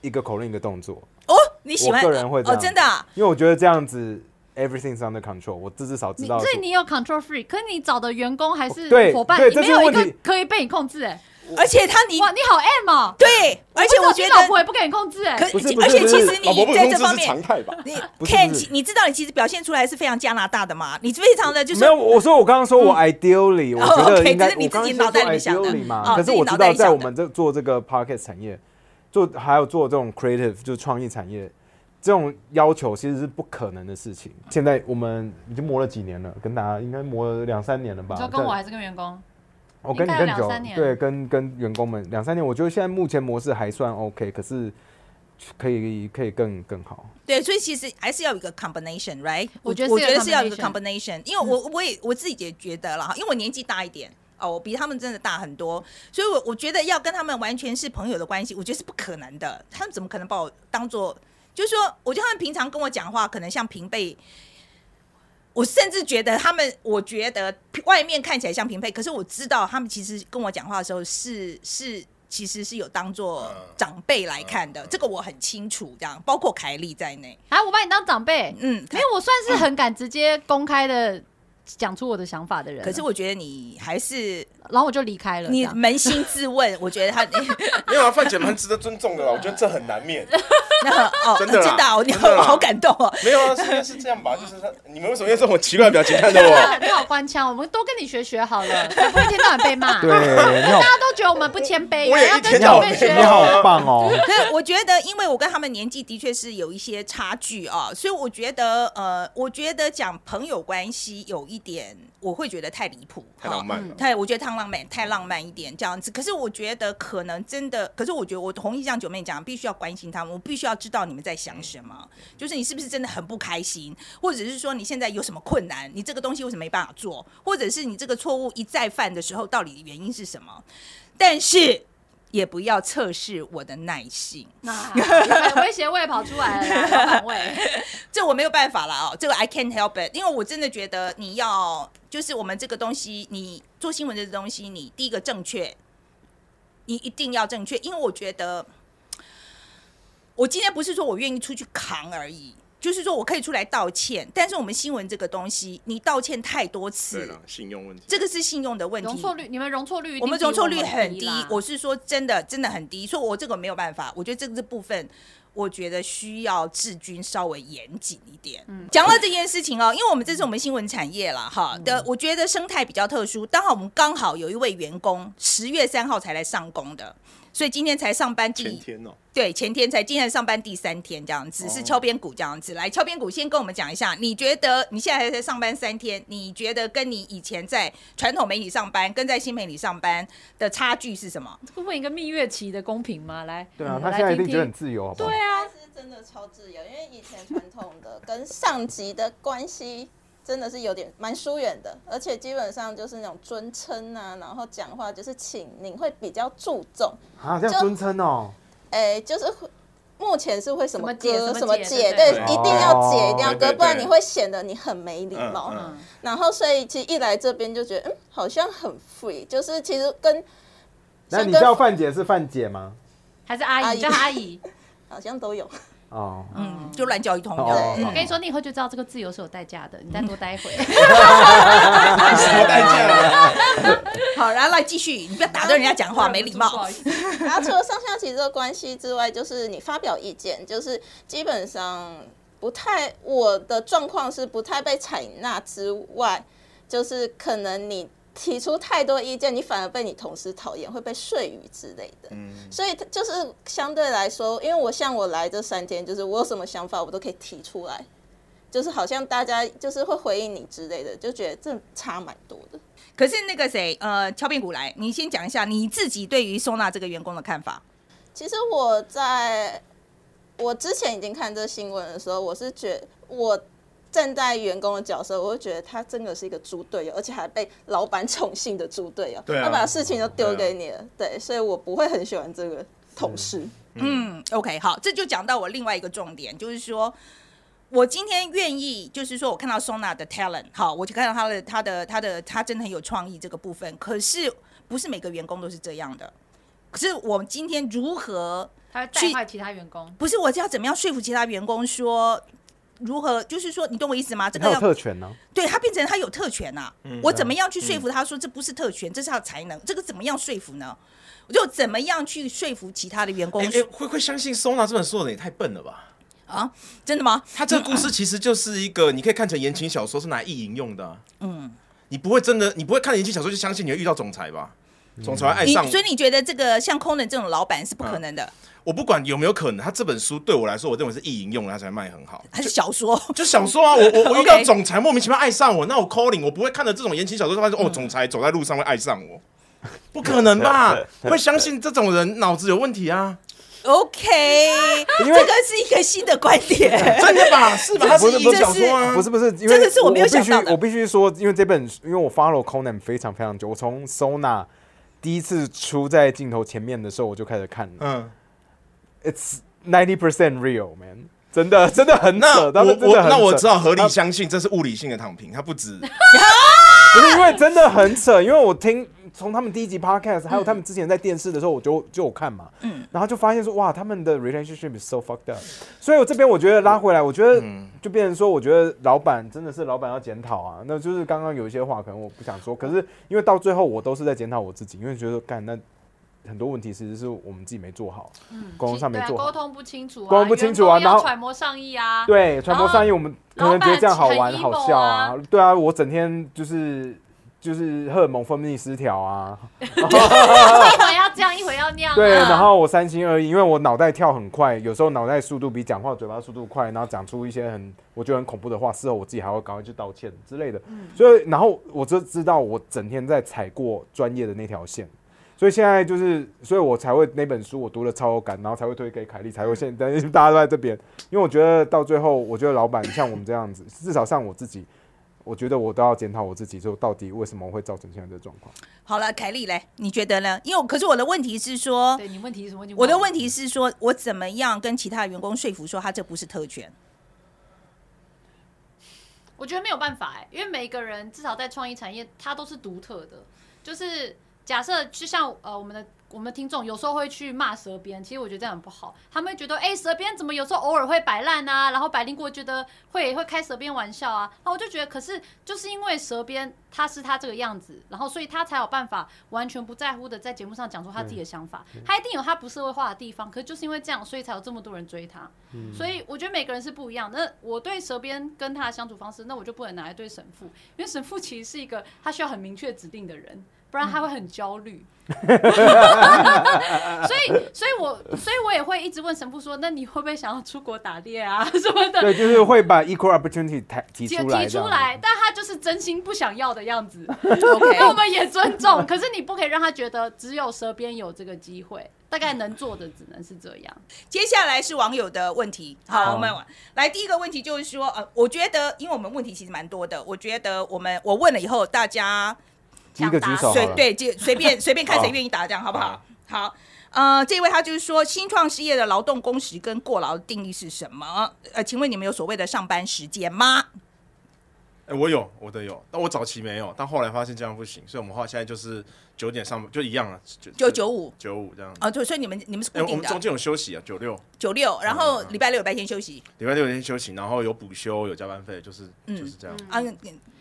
Speaker 3: 一个口令一个动作，
Speaker 4: 哦，你喜欢？
Speaker 3: 我个人会这
Speaker 4: 哦，
Speaker 3: 样
Speaker 4: 真的啊、
Speaker 3: 因为我觉得这样子 everything's under control，我至少知
Speaker 2: 你
Speaker 3: 道
Speaker 2: 所
Speaker 3: 是
Speaker 2: 以你有 control free，可是你找的员工还是
Speaker 3: 对
Speaker 2: 伙伴，
Speaker 3: 对
Speaker 2: 你没
Speaker 3: 这是
Speaker 2: 有一
Speaker 3: 问
Speaker 2: 个
Speaker 3: 题
Speaker 2: 可以被你控制哎，
Speaker 4: 而且他你
Speaker 2: 哇，你好 M 哦，
Speaker 4: 对，而且
Speaker 2: 不知道
Speaker 4: 我觉
Speaker 2: 你
Speaker 4: 得
Speaker 2: 老婆也不给你控制哎，
Speaker 4: 可
Speaker 3: 不是不是
Speaker 4: 而且
Speaker 3: 不
Speaker 4: 其
Speaker 3: 是
Speaker 4: 实你在这方面，
Speaker 1: 态吧？
Speaker 4: 你
Speaker 3: 不是
Speaker 4: Ken，
Speaker 3: 不是
Speaker 4: 其你知道你其实表现出来是非常加拿大的嘛？你非常的就是嗯
Speaker 3: 没有，我说我刚刚说我 ideally，、我觉
Speaker 4: 哦，OK，
Speaker 3: 得应该、
Speaker 4: 这是你
Speaker 3: 我刚刚
Speaker 4: 自己
Speaker 3: 先说
Speaker 4: 脑袋里想的
Speaker 3: ideally 嘛，
Speaker 4: 哦
Speaker 3: 可
Speaker 4: 自
Speaker 3: 是
Speaker 4: 己
Speaker 3: 我
Speaker 4: 脑
Speaker 3: 知
Speaker 4: 袋
Speaker 3: 道
Speaker 4: 里想
Speaker 3: 在
Speaker 4: 的
Speaker 3: 我们这做这个 podcast 产业，做还有做这种 creative 就是创意产业，这种要求其实是不可能的事情。现在我们已经磨了几年了，跟大家应该磨了两三年了吧？
Speaker 2: 你说跟
Speaker 3: 在
Speaker 2: 我还是跟员工？
Speaker 3: 我跟你
Speaker 2: 应该有
Speaker 3: 更
Speaker 2: 两
Speaker 3: 久
Speaker 2: 三，年
Speaker 3: 对，跟跟员工们两三年，我觉得现在目前模式还算 OK，可是可以可以更更好。
Speaker 4: 对，所以其实还是要有一个 combination，right？
Speaker 2: 我觉得是
Speaker 4: 我
Speaker 2: 有
Speaker 4: 觉得是要有一个
Speaker 2: combination 嗯
Speaker 4: combination，因为我我也我自己也觉得了哈，因为我年纪大一点。哦，我比他们真的大很多，所以我，我觉得要跟他们完全是朋友的关系，我觉得是不可能的。他们怎么可能把我当做？就是说，我觉得他们平常跟我讲话，可能像平辈，我甚至觉得他们，我觉得外面看起来像平辈，可是我知道他们其实跟我讲话的时候是是其实是有当做长辈来看的，这个我很清楚。这样，包括凯莉在内，
Speaker 2: 啊，我把你当长辈，
Speaker 4: 嗯，
Speaker 2: 没有，我算是很敢直接公开的讲出我的想法的人
Speaker 1: 啊
Speaker 2: 了，
Speaker 4: 可是我觉得你还是
Speaker 2: 然后我就离开了，
Speaker 4: 你
Speaker 2: 这样
Speaker 4: 扪心 自问，我觉得他
Speaker 1: 没有啊，范姐蛮值得尊重的啦，我觉得这很难免。
Speaker 4: 那哦，
Speaker 1: 真的啦
Speaker 4: 真的啊，我你
Speaker 1: 真的
Speaker 4: 我
Speaker 1: 啦
Speaker 4: 好感动哦。
Speaker 1: 没有啊，是是这样吧？就是他，你们为什么用这种奇怪的表情看着我？
Speaker 2: 哇你好官腔，我们多跟你学学好了，才不会一天到晚被骂。
Speaker 3: 对，你好
Speaker 2: 大，家都觉得我们不谦卑，啊
Speaker 1: 我也
Speaker 2: 要
Speaker 1: 一
Speaker 2: 跟
Speaker 1: 天
Speaker 3: 到
Speaker 2: 长
Speaker 1: 到
Speaker 3: 晚
Speaker 2: 辈
Speaker 1: 被
Speaker 2: 学
Speaker 1: 骂
Speaker 3: 你。好棒哦！
Speaker 4: 可我觉得，因为我跟他们年纪的确哦是有一些差距啊，所以我觉得，呃，我觉得讲朋友关系有一一点，我会觉得太离谱，
Speaker 1: 太
Speaker 4: 哈
Speaker 1: 浪漫了。
Speaker 4: 太，我觉得太浪漫，太浪漫一点这样子。可是我觉得可能真的，可是我觉得我同意像九妹讲，必须要关心他们，我必须要知道你们在想什么，就是你是不是真的很不开心，或者是说你现在有什么困难，你这个东西为什么没办法做，或者是你这个错误一再犯的时候，到底原因是什么？但是也不要测试我的耐性。
Speaker 2: 那有威胁位跑出来了啦，老板位。
Speaker 4: 这我没有办法了哦，这个 I can't help it，因为我真的觉得你要就是我们这个东西，你做新闻这个东西，你第一个正确，你一定要正确，因为我觉得我今天不是说我愿意出去扛而已。就是说我可以出来道歉，但是我们新闻这个东西，你道歉太多
Speaker 1: 对
Speaker 4: 次，
Speaker 1: 了，信用问题。
Speaker 4: 这个是信用的 问题。
Speaker 2: 容错率，你们容错率一定
Speaker 4: 我们
Speaker 2: 比
Speaker 4: 容错率很
Speaker 2: 低
Speaker 4: 低
Speaker 2: 啦，
Speaker 4: 我是说真的，真的很低，所以我这个没有办法。我觉得这个部分，我觉得需要治军稍微严谨一点。
Speaker 2: 嗯
Speaker 4: 讲到这件事情哦，因为我们这是我们新闻产业啦，哈的，我觉得生态比较特殊。刚好我们刚好有一位员工十月三号才来上工的，所以今天才上班第
Speaker 1: 前天哦，
Speaker 4: 对，前天才今天上班第三天这样子，是敲边鼓这样子。来，敲边鼓先跟我们讲一下，你觉得你现在还在上班三天，你觉得跟你以前在传统媒体上班跟在新媒体上班的差距是什么？
Speaker 2: 会问一个蜜月期的公平吗？来，
Speaker 3: 对啊
Speaker 2: 我，
Speaker 3: 他
Speaker 2: 来
Speaker 3: 现在一
Speaker 2: 听
Speaker 3: 定觉得很
Speaker 2: 听
Speaker 3: 自由，好不好？
Speaker 2: 对啊，
Speaker 5: 是真的超自由，因为以前传统的跟上级的关系真的是有点蛮疏远的，而且基本上就是那种尊称啊，然后讲话就是请您会比较注重，
Speaker 3: 啊，这样
Speaker 5: 就
Speaker 3: 尊称哦，
Speaker 5: 哎，就是会目前是会什么哥
Speaker 2: 什么姐
Speaker 5: 什么
Speaker 2: 什么姐
Speaker 5: 姐，
Speaker 2: 对
Speaker 5: 对
Speaker 1: 对，
Speaker 5: 一定要姐，
Speaker 3: 哦
Speaker 5: 一定要
Speaker 1: 对对
Speaker 5: 哥，
Speaker 1: 对
Speaker 5: 不然你会显得你很没礼貌。
Speaker 1: 嗯
Speaker 2: 嗯，
Speaker 5: 然后所以其实一来这边就觉得，嗯，好像很 free，就是其实跟
Speaker 3: 那你
Speaker 5: 像跟
Speaker 3: 叫范姐是范姐吗？
Speaker 2: 还是阿
Speaker 5: 阿
Speaker 2: 姨，
Speaker 5: 姨
Speaker 2: 叫阿 姨。
Speaker 5: 好像都有。
Speaker 3: 哦，
Speaker 4: 嗯，就乱叫一通这样。
Speaker 3: 哦
Speaker 5: 对
Speaker 2: 我跟你说，你以后就知道这个自由是有代价的，你
Speaker 4: 嗯
Speaker 2: 再多待一会。
Speaker 1: 什么代价？
Speaker 4: 好，然后来继续，你不要打断人家 讲 话，没礼
Speaker 2: 不
Speaker 4: 貌
Speaker 2: 好。意思
Speaker 5: 然啊后除了上下级这个关系之外，就是你发表意见，就是基本上不太我的状况是不太被采纳之外，就是可能你提出太多意见，你反而被你同事讨厌，会被睡语之类的。
Speaker 1: 嗯，
Speaker 5: 所以就是相对来说，因为我像我来这三天，就是我有什么想法，我都可以提出来。就是好像大家就是会回应你之类的，就觉得这差蛮多的。
Speaker 4: 可是那个谁，呃，敲边鼓来，你先讲一下你自己对于收纳这个员工的看法。
Speaker 5: 其实我在我之前已经看这新闻的时候，我是觉我站在员工的角色，我会觉得他真的是一个猪队友，而且还被老板宠幸的猪队友。
Speaker 1: 对啊
Speaker 5: 他把事情都
Speaker 1: 对
Speaker 5: 丢
Speaker 1: 啊
Speaker 5: 给你了，对，所以我不会很喜欢这个同事。
Speaker 4: 嗯，OK，好，这就讲到我另外一个重点，就是说我今天愿意，就是说我看到 Sona 的 talent，好，我就看到他的他的他的他真的很有创意这个部分，可是不是每个员工都是这样的。可是我们今天如何？
Speaker 2: 他会带坏其他员工。
Speaker 4: 不是我是要怎么样说服其他员工说如何？就是说，你懂我意思吗？这
Speaker 3: 他
Speaker 4: 个
Speaker 3: 有
Speaker 4: 要
Speaker 3: 特权呢。
Speaker 4: 对他变成他有特权呐、
Speaker 1: 嗯
Speaker 4: 我怎么样去说服他说这不是特权，这是他的才能？这个怎么样说服呢？我就怎么样去说服其他的员工
Speaker 1: 哎哎，会会相信 Sona 这本书的人也太笨了吧？
Speaker 4: 啊？真的吗？
Speaker 1: 他这个故事其实就是一个，你可以看成言情小说是拿来意淫用的、嗯，你不会真的，你不会看言情小说就相信你会遇到总裁吧？总裁会爱
Speaker 4: 你
Speaker 1: 上
Speaker 4: 所以你觉得这个像空人这种老板是
Speaker 3: 嗯
Speaker 4: 不可能的，
Speaker 1: 我，不管有没有可能，他这本书对我来说，我认为是意淫用的，他才卖很 好。
Speaker 4: 还是小说？
Speaker 1: 就想说啊，我我我遇到
Speaker 4: OK
Speaker 1: 总裁莫名其妙爱上我，那我 calling 我不会看了这种言情小说，发现
Speaker 4: 嗯
Speaker 1: 哦，总裁走在路上会爱上 我，不可能吧？会相信这种人脑子有问题啊？
Speaker 4: OK，这
Speaker 3: 因为
Speaker 4: 个是一个新的观点。
Speaker 1: 真的吧？是吧？他
Speaker 4: 不
Speaker 1: 是
Speaker 4: 是
Speaker 1: 一个
Speaker 4: 不是
Speaker 1: 小说啊，
Speaker 3: 不是不是，因为
Speaker 4: 嗯这个是我没有
Speaker 3: 必
Speaker 4: 想
Speaker 3: 须
Speaker 4: 到的
Speaker 3: 我必须说，因为这本，因为我 follow Conan 非常非常久，我从 Sona 第一次出在镜头前面的时候，我就开始看了。
Speaker 1: 嗯，
Speaker 3: It's ninety percent real, man，真的真的很
Speaker 1: 那
Speaker 3: 扯，他
Speaker 1: 我
Speaker 3: 们真
Speaker 1: 我
Speaker 3: 的很
Speaker 1: 那我
Speaker 3: 扯
Speaker 1: 只好合理相信这是物理性的躺平，它不止。
Speaker 3: 不是因为真的很扯，因为我听从他们第一集 podcast，还有他
Speaker 2: 嗯
Speaker 3: 们之前在电视的时候，我就就有看嘛，嗯，然后就发现说哇，他们的 relationship is so fucked up，所以我这边我觉得拉回来，我觉得就变成说，我觉得老板真的是老板要检讨啊，那就是刚刚有一些话可能我不想说，可是因为到最后我都是在检讨我自己，因为觉得干那很多问题其实是我们自己没做好，沟通上没
Speaker 2: 对啊
Speaker 3: 做
Speaker 2: 沟
Speaker 3: 好，
Speaker 2: 通不清楚啊，
Speaker 3: 沟通不清楚啊
Speaker 2: 员工要
Speaker 3: 然后
Speaker 2: 揣摩上意啊，
Speaker 3: 对，传播
Speaker 2: 然后哦
Speaker 3: 善意，我们可能觉得这样好玩、好笑
Speaker 2: 老
Speaker 3: 啊
Speaker 2: 板很 emo
Speaker 3: 对啊，我整天就是就是荷尔蒙分泌失调啊，
Speaker 2: 一会要这样，一会要那样啊。
Speaker 3: 对，然后我三心二意，因为我脑袋跳很快，有时候脑袋速度比讲话嘴巴速度快，然后讲出一些很我觉得很恐怖的话，事后我自己还会赶快去道歉之类的。
Speaker 2: 嗯
Speaker 3: 所以，然后我就知道我整天在踩过专业的那条线，所以现在就是，所以我才会那本书我读了超有感，然后才会推给凯莉，才会
Speaker 2: 嗯
Speaker 3: 现在大家都在这边，因为我觉得到最后，我觉得老板像我们这样子，至少像我自己。我觉得我都要检讨我自己，就到底为什么会造成现在这个状 况？
Speaker 4: 好了，凯莉嘞，你觉得呢？因为我可是我的问题是说，
Speaker 2: 对你问题是什么问题？
Speaker 4: 我的问题是说我怎么样跟其他员工说服说他这不是特权？
Speaker 2: 我觉得没有办法哎、因为每个人至少在创意产业，它都是独特的。就是假设就像呃我们的我们的听众有时候会去骂蛇鞭，其实我觉得这样很不好。他们会觉得哎、蛇鞭怎么有时候偶尔会摆烂啊，然后百灵果觉得会会开蛇鞭玩笑啊，然后我就觉得可是就是因为蛇鞭他是他这个样子，然后所以他才有办法完全不在乎的在节目上讲出他自己的想法，他一定有他不社会化的地方，可是就是因为这样，所以才有这么多人追他。所以我觉得每个人是不一样。那我对蛇鞭跟他的相处方式，那我就不能拿来对神父，因为神父其实是一个他需要很明确指定的人，不然他会很焦虑。 所以，所以我，所以我也会一直问神父说：“那你会不会想要出国打猎啊什么的
Speaker 3: 对，就是会把 equal opportunity 提？”
Speaker 2: 提
Speaker 3: 提出来，
Speaker 2: 提出来，但他就是真心不想要的样 子。
Speaker 4: OK
Speaker 2: 那我们也尊重，可是你不可以让他觉得只有蛇鞭有这个机会。大概能做的只能是这样。
Speaker 4: 接下来是网友的问题，好，
Speaker 3: 好
Speaker 4: 我们往来第一个问题就是说，呃，我觉得，因为我们问题其实蛮多的，我觉得我们我问了以后，大家
Speaker 3: 第一个举手好
Speaker 4: 随
Speaker 3: 了。
Speaker 4: 对就 随便随便看谁
Speaker 3: 好
Speaker 4: 愿意答，这样好不好
Speaker 3: 好？
Speaker 4: 好，呃，这位他就是说，新创事业的劳动工时跟过劳的定义是什么？呃，请问你们有所谓的上班时间吗？
Speaker 1: 哎、我有我的有，但我早期没有，但后来发现这样不行，所以我们话现在就是九点上班就一样了，就
Speaker 4: 就九五
Speaker 1: 九五这样。
Speaker 4: 哦，就所以你们你们是
Speaker 1: 哎、
Speaker 4: 固
Speaker 1: 我
Speaker 4: 定
Speaker 1: 们中
Speaker 4: 的
Speaker 1: 间有嗯休息啊，九六
Speaker 4: 九六，然后礼拜六、礼拜天休息。
Speaker 1: 礼拜六有天休息，然后有补休，有加班费，就是、就是这样。
Speaker 4: 啊，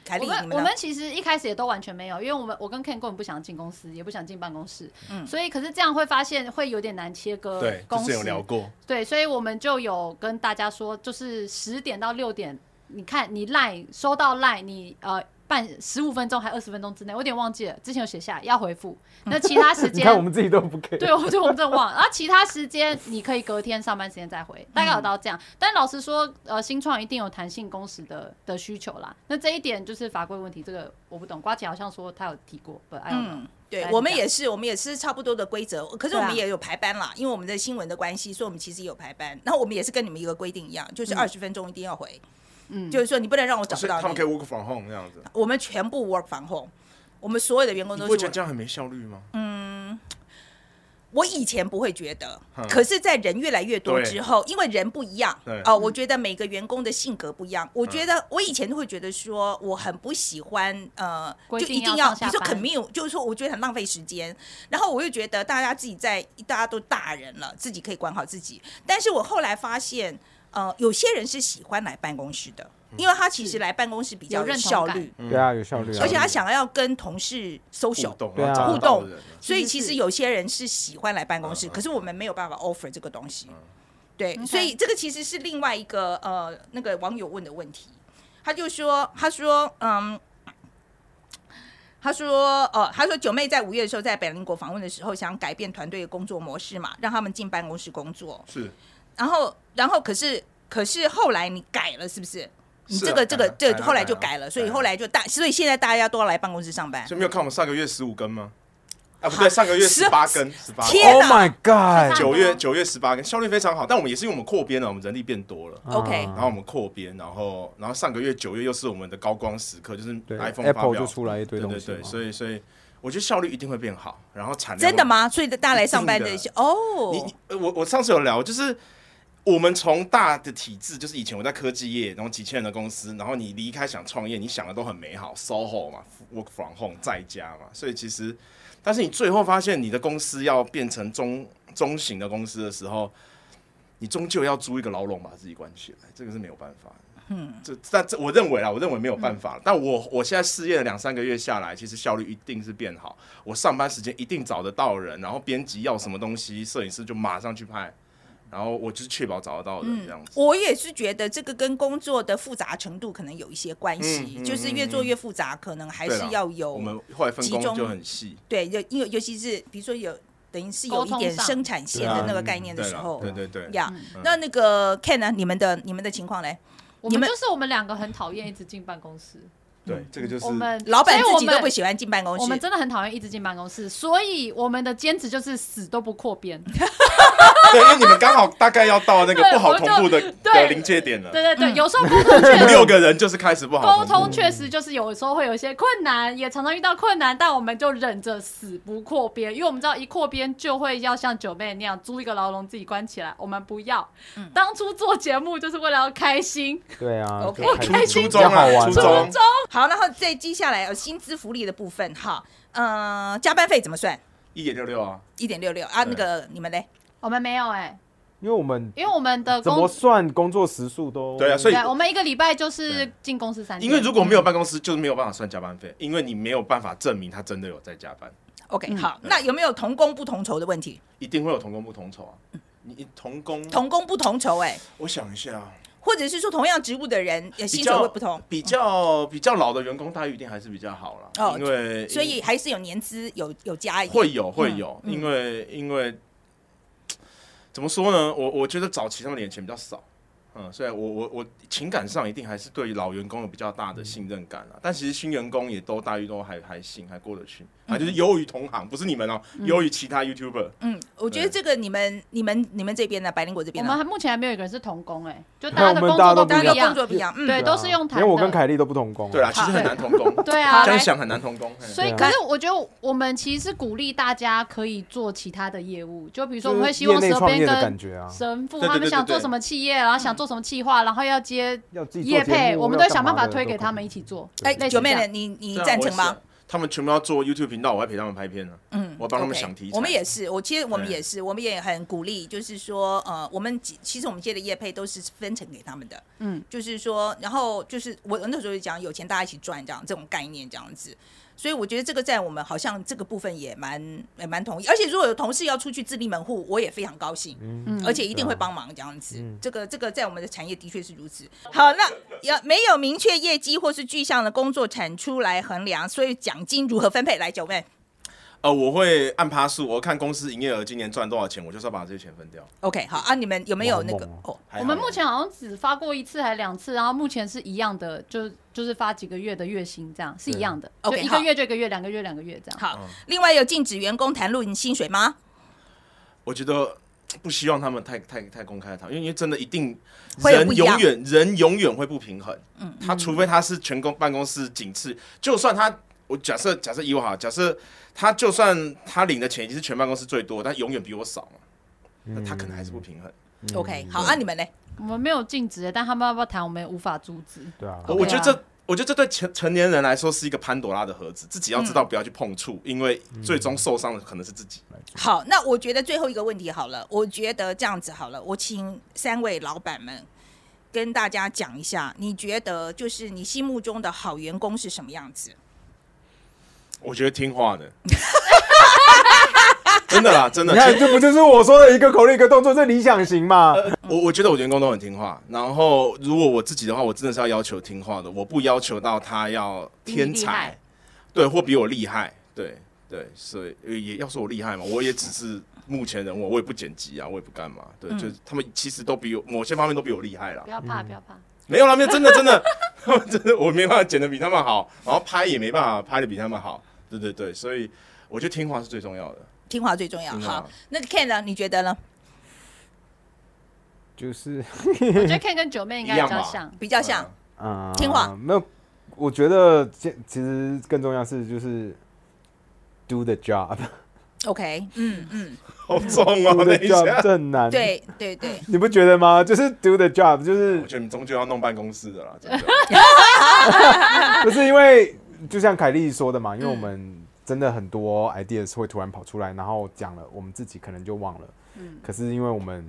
Speaker 4: 凯
Speaker 2: 我
Speaker 4: 莉，
Speaker 2: 们
Speaker 4: 你们
Speaker 2: 我
Speaker 4: 呢
Speaker 2: 们其实一开始也都完全没有，因为我们我跟 Ken 根本不想进公司，也不想进办公室，
Speaker 3: 嗯
Speaker 2: 所以可是这样会发现会有点难切割
Speaker 1: 对，
Speaker 2: 公
Speaker 1: 之
Speaker 2: 司
Speaker 1: 前有聊过，哦
Speaker 2: 对，所以我们就有跟大家说，就是十点到六点，你看你赖收到赖你呃。半十五分钟还二十分钟之内，我有点忘记了，之前有写下要回复。那其他时
Speaker 3: 你
Speaker 2: 间，
Speaker 3: 看我们自己都不 care。
Speaker 2: 对，我就我们真的忘了。然后其他时间你可以隔天上班时间再回，大概有到这样。但老实说，呃，新创一定有弹性工时的的需求啦。那这一点就是法规问题，这个我不懂。瓜姐好像说她有提过，but I don't know，
Speaker 4: 嗯，对
Speaker 2: 来，
Speaker 4: 我们
Speaker 2: 你讲
Speaker 4: 也是，我们也是差不多的规则，可是
Speaker 2: 对啊
Speaker 4: 我们也有排班啦，因为我们的新闻的关系，所以我们其实也有排班。然后我们也是跟你们一个规定一样，就是二十分钟一定要回，
Speaker 2: 嗯
Speaker 4: 就是说你不能让我找
Speaker 1: 所
Speaker 4: 不
Speaker 1: 以
Speaker 4: 到
Speaker 1: 他们
Speaker 4: 你
Speaker 1: 可以 work from home 这样子。
Speaker 4: 我们全部 work from home，我们所有的员工
Speaker 1: 你
Speaker 4: 都
Speaker 1: 不会
Speaker 4: 是
Speaker 1: 觉得
Speaker 4: work-
Speaker 1: 这样很没效率吗？
Speaker 4: 我以前不会觉得
Speaker 1: 嗯，
Speaker 4: 可是，在人越来越多
Speaker 1: 对
Speaker 4: 之后，因为人不一样
Speaker 1: 对，嗯
Speaker 4: 哦，我觉得每个员工的性格不一样。我觉得我以前都会觉得说，我很不喜欢，呃，就
Speaker 2: 规定
Speaker 4: 一定
Speaker 2: 要上
Speaker 4: 要，比
Speaker 2: 下
Speaker 4: 如说
Speaker 2: 班
Speaker 4: commute，就是说我觉得很浪费时间。然后我又觉得大家自己在，大家都大人了，自己可以管好自己。但是我后来发现，呃，有些人是喜欢来办公室的，
Speaker 1: 嗯
Speaker 4: 因为他其实
Speaker 2: 是
Speaker 4: 来办公室比较
Speaker 2: 有认同
Speaker 4: 效
Speaker 2: 感
Speaker 4: 率，
Speaker 3: 对啊，有效率啊。
Speaker 4: 而且他想要跟同事
Speaker 1: 互
Speaker 4: social。
Speaker 1: 动，
Speaker 3: 对
Speaker 1: 然
Speaker 3: 啊
Speaker 1: 后找得
Speaker 4: 互
Speaker 1: 到
Speaker 4: 动
Speaker 1: 的人啊
Speaker 4: 所以
Speaker 2: 其
Speaker 4: 其
Speaker 2: 实是
Speaker 4: 实有些人是喜欢来办公室，
Speaker 1: 嗯嗯
Speaker 4: 可是我们没有办法 offer 这个东西。
Speaker 1: 嗯
Speaker 4: 对
Speaker 2: OK
Speaker 4: 所以这个其实是另外一个呃那个网友问的问题，他就说他说嗯。他说：“呃，他说九妹在五月的时候在北邻国访问的时候，想改变团队的工作模式嘛，让他们进办公室工作。
Speaker 1: 是
Speaker 4: 然后，然后可是可是后来你改了，是不是？你
Speaker 1: 是啊
Speaker 4: 这个这
Speaker 1: 改
Speaker 4: 个
Speaker 1: 了
Speaker 4: 这
Speaker 1: 改
Speaker 4: 个
Speaker 1: 了
Speaker 4: 后来就
Speaker 1: 改了
Speaker 4: 改了，所以
Speaker 1: 改了
Speaker 4: 后来就大，所以现在大家都要来办公室上班。
Speaker 1: 所以没有看我们上个月十五根吗？啊，不对，上个月
Speaker 4: 十
Speaker 1: 十八根，十八
Speaker 4: 天
Speaker 1: 根，
Speaker 3: Oh
Speaker 4: 哪
Speaker 3: my god！啊
Speaker 1: 九月九月十八根，效率非常好。但我们也是因为我们扩编了，我们人力变多
Speaker 3: 啊
Speaker 1: 了。
Speaker 4: OK
Speaker 1: 然后我们扩编，然后然后上个月九月又是我们的高光时刻，就是
Speaker 3: 对
Speaker 1: iPhone 发
Speaker 3: ，Apple
Speaker 1: 表
Speaker 3: 就出来一堆
Speaker 1: 对
Speaker 3: 东
Speaker 1: 对
Speaker 3: 西嘛。
Speaker 1: 对，所以所以我觉得效率一定会变好，然后产量
Speaker 4: 真的
Speaker 1: 会？
Speaker 4: 吗？所以大家来上班的
Speaker 1: 一定
Speaker 4: 哦
Speaker 1: 你，你呃我我上次有聊，就是我们从大的体制，就是以前我在科技业，然后几千人的公司，然后你离开想创业，你想的都很美好，SOHO 嘛，work from home 在家嘛，所以其实，但是你最后发现你的公司要变成中中型的公司的时候，你终究要租一个牢笼把自己关起来，这个是没有办法的。嗯，这但这我认为啦，我认为没有办
Speaker 2: 嗯
Speaker 1: 法。但我我现在试验了两三个月下来，其实效率一定是变好。我上班时间一定找得到人，然后编辑要什么东西，摄影师就马上去拍，然后我就是确保找得到
Speaker 2: 嗯
Speaker 1: 人这样子。
Speaker 4: 我也是觉得这个跟工作的复杂程度可能有一些关系，
Speaker 1: 嗯嗯
Speaker 4: 就是越做越复杂，可能还
Speaker 1: 对
Speaker 4: 是
Speaker 1: 啦
Speaker 4: 要有
Speaker 1: 我们后来分
Speaker 4: 集中
Speaker 1: 工就很细，
Speaker 4: 对，就因为尤其是比如说有等于是有
Speaker 2: 沟
Speaker 4: 一
Speaker 2: 通
Speaker 4: 点
Speaker 2: 上
Speaker 4: 生产线的那个概念的
Speaker 1: 对
Speaker 4: 时
Speaker 1: 啦
Speaker 4: 候
Speaker 1: 嗯对，对对，
Speaker 4: 呀
Speaker 1: 嗯，
Speaker 4: 那那个 Ken 呢？你们的你们的情况嘞？
Speaker 2: 我
Speaker 4: 你
Speaker 2: 们
Speaker 4: 们
Speaker 2: 就是我们两个很讨厌一直进办公室，
Speaker 1: 对，这个 就是
Speaker 2: 嗯
Speaker 1: 啊
Speaker 2: 我们
Speaker 4: 老板
Speaker 2: 所以
Speaker 4: 自己都
Speaker 2: 我
Speaker 4: 不
Speaker 2: 们
Speaker 4: 喜欢进办公
Speaker 2: 我们
Speaker 4: 室，
Speaker 2: 真的很讨厌一直进办公室，所以我们的坚持就是死都不扩编。
Speaker 1: 对，因为你们刚好大概要到那个
Speaker 2: 对
Speaker 1: 不好
Speaker 2: 我就
Speaker 1: 同步的的
Speaker 2: 对
Speaker 1: 临界点了，
Speaker 2: 对对对，嗯 有时候沟通确
Speaker 1: 五
Speaker 2: 实
Speaker 1: 六个人就是开始不好同
Speaker 2: 沟
Speaker 1: 步
Speaker 2: 通
Speaker 3: 嗯
Speaker 2: 确实就是有时候会有一些困难，也常常遇到困难，但我们就忍着死不扩编，因为我们知道一扩编就会要像九妹那样租一个牢笼自己关起来，我们不要。当初做节目就是为了要开心，
Speaker 3: 对啊，
Speaker 4: OK
Speaker 3: 就
Speaker 1: 初
Speaker 3: 开心
Speaker 1: 初
Speaker 3: 比
Speaker 1: 中
Speaker 3: 较好
Speaker 1: 啊，
Speaker 3: 玩
Speaker 1: 初
Speaker 3: 的
Speaker 1: 中
Speaker 4: 好，然后再接下来有哦薪资福利的部分哈，呃，加班费怎么算？
Speaker 1: 一点六六啊，
Speaker 4: 一点六六啊，那
Speaker 1: 对
Speaker 4: 个你们嘞？
Speaker 2: 我们没有哎、
Speaker 3: 因为我们
Speaker 2: 因为我们的
Speaker 3: 怎么
Speaker 2: 工
Speaker 3: 算工作时数都
Speaker 1: 对啊，所以
Speaker 2: 对，我们一个礼拜就是进公司三天，
Speaker 1: 因为如果没有
Speaker 4: 嗯
Speaker 1: 办公室，就是没有办法算加班费，因为你没有办法证明他真的有在加班，
Speaker 4: OK，
Speaker 2: 嗯
Speaker 4: 好，那有没有同工不同酬的问题？
Speaker 1: 一定会有同工不同酬啊。你你同工，
Speaker 4: 嗯同工不同酬，哎，
Speaker 1: 我想一下啊，
Speaker 4: 或者是说同样职务的人，呃
Speaker 1: 比
Speaker 4: 薪水
Speaker 1: 较
Speaker 4: 会不同，
Speaker 1: 比较比较老的员工待遇一定还是比较好
Speaker 4: 嗯哦
Speaker 1: 啦，因为
Speaker 4: 所以还是有年资有有加一
Speaker 1: 嗯
Speaker 4: 点
Speaker 1: 会有会有，
Speaker 4: 嗯
Speaker 1: 因为因为怎么说呢？我我觉得早期他们领的钱比较少，嗯，所以我我我情感上一定还是对老员工有比较大的信任感
Speaker 4: 嗯
Speaker 1: 啊。但其实新员工也都待遇都还还行，还过得去，啊，就是优于同行，不是你们哦，优于其他 YouTuber。
Speaker 4: 嗯，我觉得这个你们、你们、你们这边呢，百灵果这
Speaker 2: 我
Speaker 4: 边
Speaker 2: 们
Speaker 4: 呢，
Speaker 2: 还目前还没有一个人是童工哎、就大家的
Speaker 3: 对我
Speaker 2: 工
Speaker 3: 们大
Speaker 2: 作
Speaker 3: 家都
Speaker 2: 都不
Speaker 3: 不
Speaker 4: 大
Speaker 2: 一
Speaker 4: 家
Speaker 3: 一样
Speaker 2: 样，
Speaker 4: 工作不一样，嗯，
Speaker 2: 对，都是用
Speaker 3: 因
Speaker 2: 谈
Speaker 3: 为
Speaker 2: 的。
Speaker 3: 啊我跟凯莉都不同工啊，
Speaker 1: 对啦，其实很难同工，
Speaker 2: 对 啊
Speaker 1: 这样
Speaker 2: 来
Speaker 1: 想很难同工。嘿
Speaker 2: 所以，
Speaker 3: 对啊
Speaker 2: 可是我觉得我们其实是鼓励大家可以做其他的业务，就比如说
Speaker 3: 就是
Speaker 2: 我们会希望
Speaker 3: 业内
Speaker 2: 蛇
Speaker 3: 创
Speaker 2: 边
Speaker 3: 业的感
Speaker 2: 跟
Speaker 3: 觉啊，
Speaker 2: 神父
Speaker 1: 对对
Speaker 2: 他
Speaker 1: 对
Speaker 2: 们
Speaker 1: 对
Speaker 2: 想做
Speaker 1: 对
Speaker 2: 什么企业，然后想做什么企划，然后要接
Speaker 3: 要自己做
Speaker 2: 业
Speaker 3: 节
Speaker 2: 配，
Speaker 3: 目
Speaker 2: 我们
Speaker 3: 要
Speaker 2: 都想
Speaker 3: 干
Speaker 2: 办
Speaker 3: 嘛
Speaker 2: 法
Speaker 3: 的
Speaker 2: 推
Speaker 3: 都
Speaker 2: 给
Speaker 3: 可
Speaker 2: 他
Speaker 3: 以
Speaker 2: 们一起做。
Speaker 4: 哎，
Speaker 2: 类似
Speaker 4: 九妹
Speaker 2: 这
Speaker 4: 呢，
Speaker 2: 样
Speaker 4: 你你
Speaker 1: 对啊
Speaker 4: 赞
Speaker 1: 我也
Speaker 4: 成
Speaker 1: 是啊
Speaker 4: 吗？
Speaker 1: 他们全部要做 YouTube 频道，我要陪他们拍片啊，
Speaker 4: 嗯，
Speaker 1: 我帮他们
Speaker 4: OK，
Speaker 1: 想题材
Speaker 4: 我们也是，我其实我们
Speaker 1: 对
Speaker 4: 也是，我们也很鼓励，就是说，呃，我们几其实我们接的业配都是分成给他们的，
Speaker 2: 嗯，
Speaker 4: 就是说，然后就是我那时候就讲有钱大家一起赚这样这种概念这样子，所以我觉得这个在我们好像这个部分也蛮也蛮同意，而且如果有同事要出去自立门户，我也非常高兴，
Speaker 3: 嗯，
Speaker 2: 嗯
Speaker 4: 而且一定会
Speaker 3: 对啊
Speaker 4: 帮忙这样子。
Speaker 3: 嗯
Speaker 4: 这个这个在我们的产业的确是如此。好，那要没有明确业绩或是具象的工作产出来衡量，所以奖金如何分配？来，九妹
Speaker 1: 呃，我会按趴数，我看公司营业额今年赚多少钱，我就是要把这些钱分掉。
Speaker 4: ，OK，好啊，你们有没有那个
Speaker 3: 哇？
Speaker 4: 哦，
Speaker 1: 还好
Speaker 2: 我们目前好像只发过一次还两次，然后目前是一样的，就就是发几个月的月薪这样是一样的，就
Speaker 4: OK，
Speaker 2: 一
Speaker 4: 好
Speaker 2: 个月就一个月，两个月两个月这样。
Speaker 4: 好，另外有禁止员工谈论薪水吗？
Speaker 1: 我觉得不希望他们太太太公开的讨论，因为因为真的一定
Speaker 4: 会有
Speaker 1: 人
Speaker 4: 不一
Speaker 1: 永
Speaker 4: 样
Speaker 1: 远人永远会不平衡。嗯，他除非他是全公办公室仅次，就算他我假设假设以我好，假设他就算他领的钱已经是全办公室最多，但永远比我少嘛，
Speaker 3: 嗯
Speaker 1: 那他可能还是不平衡。
Speaker 4: OK，好啊，你们呢？
Speaker 2: 我们没有禁止，但他们要不要谈，我们也无法阻止。
Speaker 3: 对啊，
Speaker 1: 我我觉得这。我觉得这对成成年人来说是一个潘多拉的盒子，自己要知
Speaker 3: 嗯
Speaker 1: 道不要去碰触，因为最终受伤的可能是自己。
Speaker 4: 好，那我觉得最后一个问题好了，我觉得这样子好了，我请三位老板们跟大家讲一下，你觉得就是你心目中的好员工是什么样子？
Speaker 1: 我觉得听话 的，真的啦，真的。
Speaker 3: 你看这不就是我说的一个口令一个动作，这理想型嘛？
Speaker 2: 呃
Speaker 1: 我我觉得我员工都很听话，然后如果我自己的话，我真的是要要求听话的，我不要求到他要天
Speaker 2: 比你厉
Speaker 1: 才
Speaker 2: 害，
Speaker 1: 对，或比我厉害，对对，所以呃也要说我厉害嘛，我也只是目前人物，我也不剪辑啊，我也不干嘛，
Speaker 3: 嗯
Speaker 1: 对，就是他们其实都比我某些方面都比我厉害啦
Speaker 2: 不，要怕，不要怕。
Speaker 1: 没有啦，没有，真的 真的，他们真的我没办法剪的比他们好，然后拍也没办法拍的比他们好，对对对，所以我觉得听话是最重要的。
Speaker 4: 听话最重要。
Speaker 1: 听话
Speaker 4: 啊好，那个 Ken 呢？你觉得呢？
Speaker 3: 就是
Speaker 2: 我觉得 Ken 跟九妹应该比 较
Speaker 1: 一样
Speaker 2: 像，
Speaker 4: 比较像、
Speaker 3: 啊，
Speaker 4: 听话
Speaker 3: 没有，我觉得其其实更重要是就是 do the job，
Speaker 4: OK，嗯嗯，
Speaker 1: 好重
Speaker 3: do
Speaker 1: 哦，
Speaker 3: the
Speaker 1: 等一
Speaker 3: job
Speaker 1: 下，
Speaker 3: 这很 难。，
Speaker 4: 对对对，
Speaker 3: 你不觉得吗？就是 do the job，就是
Speaker 1: 我觉得你终究要弄办公室的啦，真的。
Speaker 3: 不是因为就像凯莉说的
Speaker 4: 嗯
Speaker 3: 嘛，因为我们真的很多 ideas 会突然跑出来，然后讲了，我们自己可能就忘了。
Speaker 4: 嗯
Speaker 3: 可是因为我们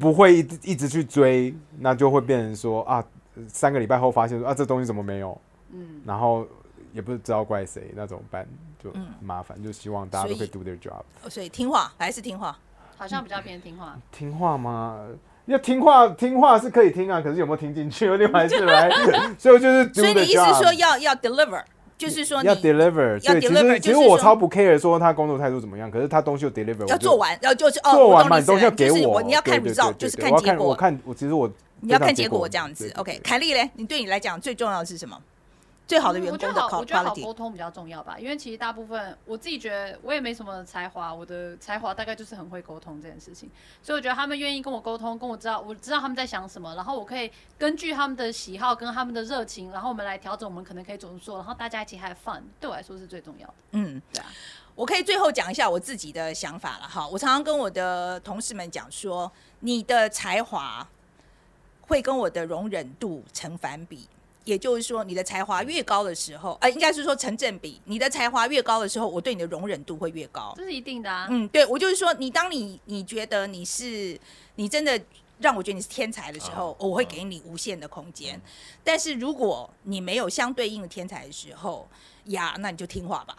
Speaker 3: 不会一直一直去追，那就会变成说啊，三个礼拜后发现说啊，这东西怎么没有？嗯，然后也不知道怪谁，那怎么办？就麻烦，就希望大家都可以
Speaker 4: 嗯所以
Speaker 3: do their job。
Speaker 4: 所以听话还是听话。
Speaker 2: 好像比较偏听话。
Speaker 3: 听话吗？要听话，听话是可以听啊，可是有没有听进去， 另 外一事来。所以我就是 do
Speaker 4: 所
Speaker 3: the job，
Speaker 4: 以你意思是说要要 deliver，就是说你
Speaker 3: 要 deliver，
Speaker 4: 要
Speaker 3: 对，其
Speaker 4: deliver，
Speaker 3: 实
Speaker 4: 就
Speaker 3: 其实
Speaker 4: 是
Speaker 3: 我
Speaker 4: 说
Speaker 3: 超不 care 说他工作态度怎么样，可是他东西有 deliver，我
Speaker 4: 要
Speaker 3: 就
Speaker 4: 做完，要就是哦，
Speaker 3: 做
Speaker 4: 我
Speaker 3: 完
Speaker 4: 懂
Speaker 3: 嘛，
Speaker 4: 你
Speaker 3: 你东西要
Speaker 4: 意思
Speaker 3: 给
Speaker 4: 了就是
Speaker 3: 我，
Speaker 4: 你要
Speaker 3: 对
Speaker 4: 看
Speaker 3: 对
Speaker 4: result，
Speaker 3: 对
Speaker 4: 就是
Speaker 3: 对我要
Speaker 4: 结
Speaker 3: 看我
Speaker 4: 果，
Speaker 3: 看我其实我
Speaker 4: 你要
Speaker 3: 非常
Speaker 4: 看结果
Speaker 3: 果
Speaker 4: 这样子
Speaker 3: 对。对
Speaker 4: OK，凯莉嘞，你对你来讲最重要的是什么？最好的员
Speaker 2: 嗯我
Speaker 4: 工
Speaker 2: 觉
Speaker 4: 的
Speaker 2: 得好，我
Speaker 4: qual-
Speaker 2: 觉得好沟
Speaker 4: quality，
Speaker 2: 通比较重要吧，因为其实大部分我自己觉得我也没什么才华，我的才华大概就是很会沟通这件事情，所以我觉得他们愿意跟我沟通，跟我知道我知道他们在想什么，然后我可以根据他们的喜好跟他们的热情，然后我们来调整我们可能可以怎么做，然后大家一起 have fun，对我来说是最重要的，
Speaker 4: 嗯，
Speaker 2: 对啊。
Speaker 4: 我可以最后讲一下我自己的想法了哈。我常常跟我的同事们讲说，你的才华会跟我的容忍度成反比。也就是说，你的才华越高的时候，呃，应该是说成正比。你的才华越高的时候，我对你的容忍度会越高。
Speaker 2: 这是一定的啊。
Speaker 4: 嗯，对，我就是说，你当你你觉得你是你真的让我觉得你是天才的时
Speaker 1: 啊
Speaker 4: 候，我会给你无限的空间。
Speaker 1: 嗯
Speaker 4: 但是如果你没有相对应的天才的时候，呀，那你就听话吧。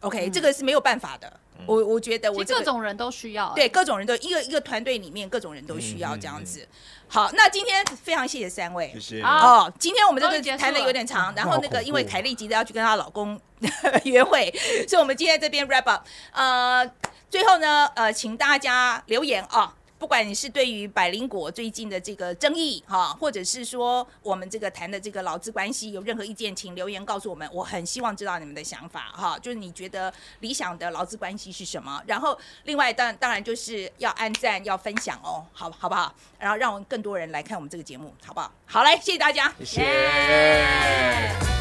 Speaker 4: OK，、这个是没有办法的。
Speaker 1: 嗯
Speaker 4: 我我觉得
Speaker 2: 嗯其
Speaker 4: 我
Speaker 2: 实
Speaker 4: 这个
Speaker 2: 各种人都需要、欸，
Speaker 4: 对，各种人都一个一个团队里面，各种人都需
Speaker 1: 嗯
Speaker 4: 要这样子。好，那今天非常谢谢三位，
Speaker 1: 谢谢。
Speaker 2: 好
Speaker 4: 哦，今天我们这
Speaker 2: 终于结
Speaker 4: 个
Speaker 2: 束
Speaker 4: 谈的
Speaker 2: 了嗯
Speaker 4: 有点长，然
Speaker 3: 哇
Speaker 4: 后
Speaker 3: 好
Speaker 4: 那个
Speaker 3: 恐
Speaker 4: 因为
Speaker 3: 怖哦
Speaker 4: 凯莉急着要去跟她老公 约会，所以我们今天这边 wrap up。呃，最后呢，呃，请大家留言啊、不管你是对于百灵果最近的这个争议哈、或者是说我们这个谈的这个劳资关系有任何意见，请留言告诉我们。我很希望知道你们的想法哈、就是你觉得理想的劳资关系是什么？然后另外当当然就是要按赞要分享哦，好好不好？然后让更多人来看我们这个节目，好不好？好嘞，谢谢大家。
Speaker 1: 谢谢。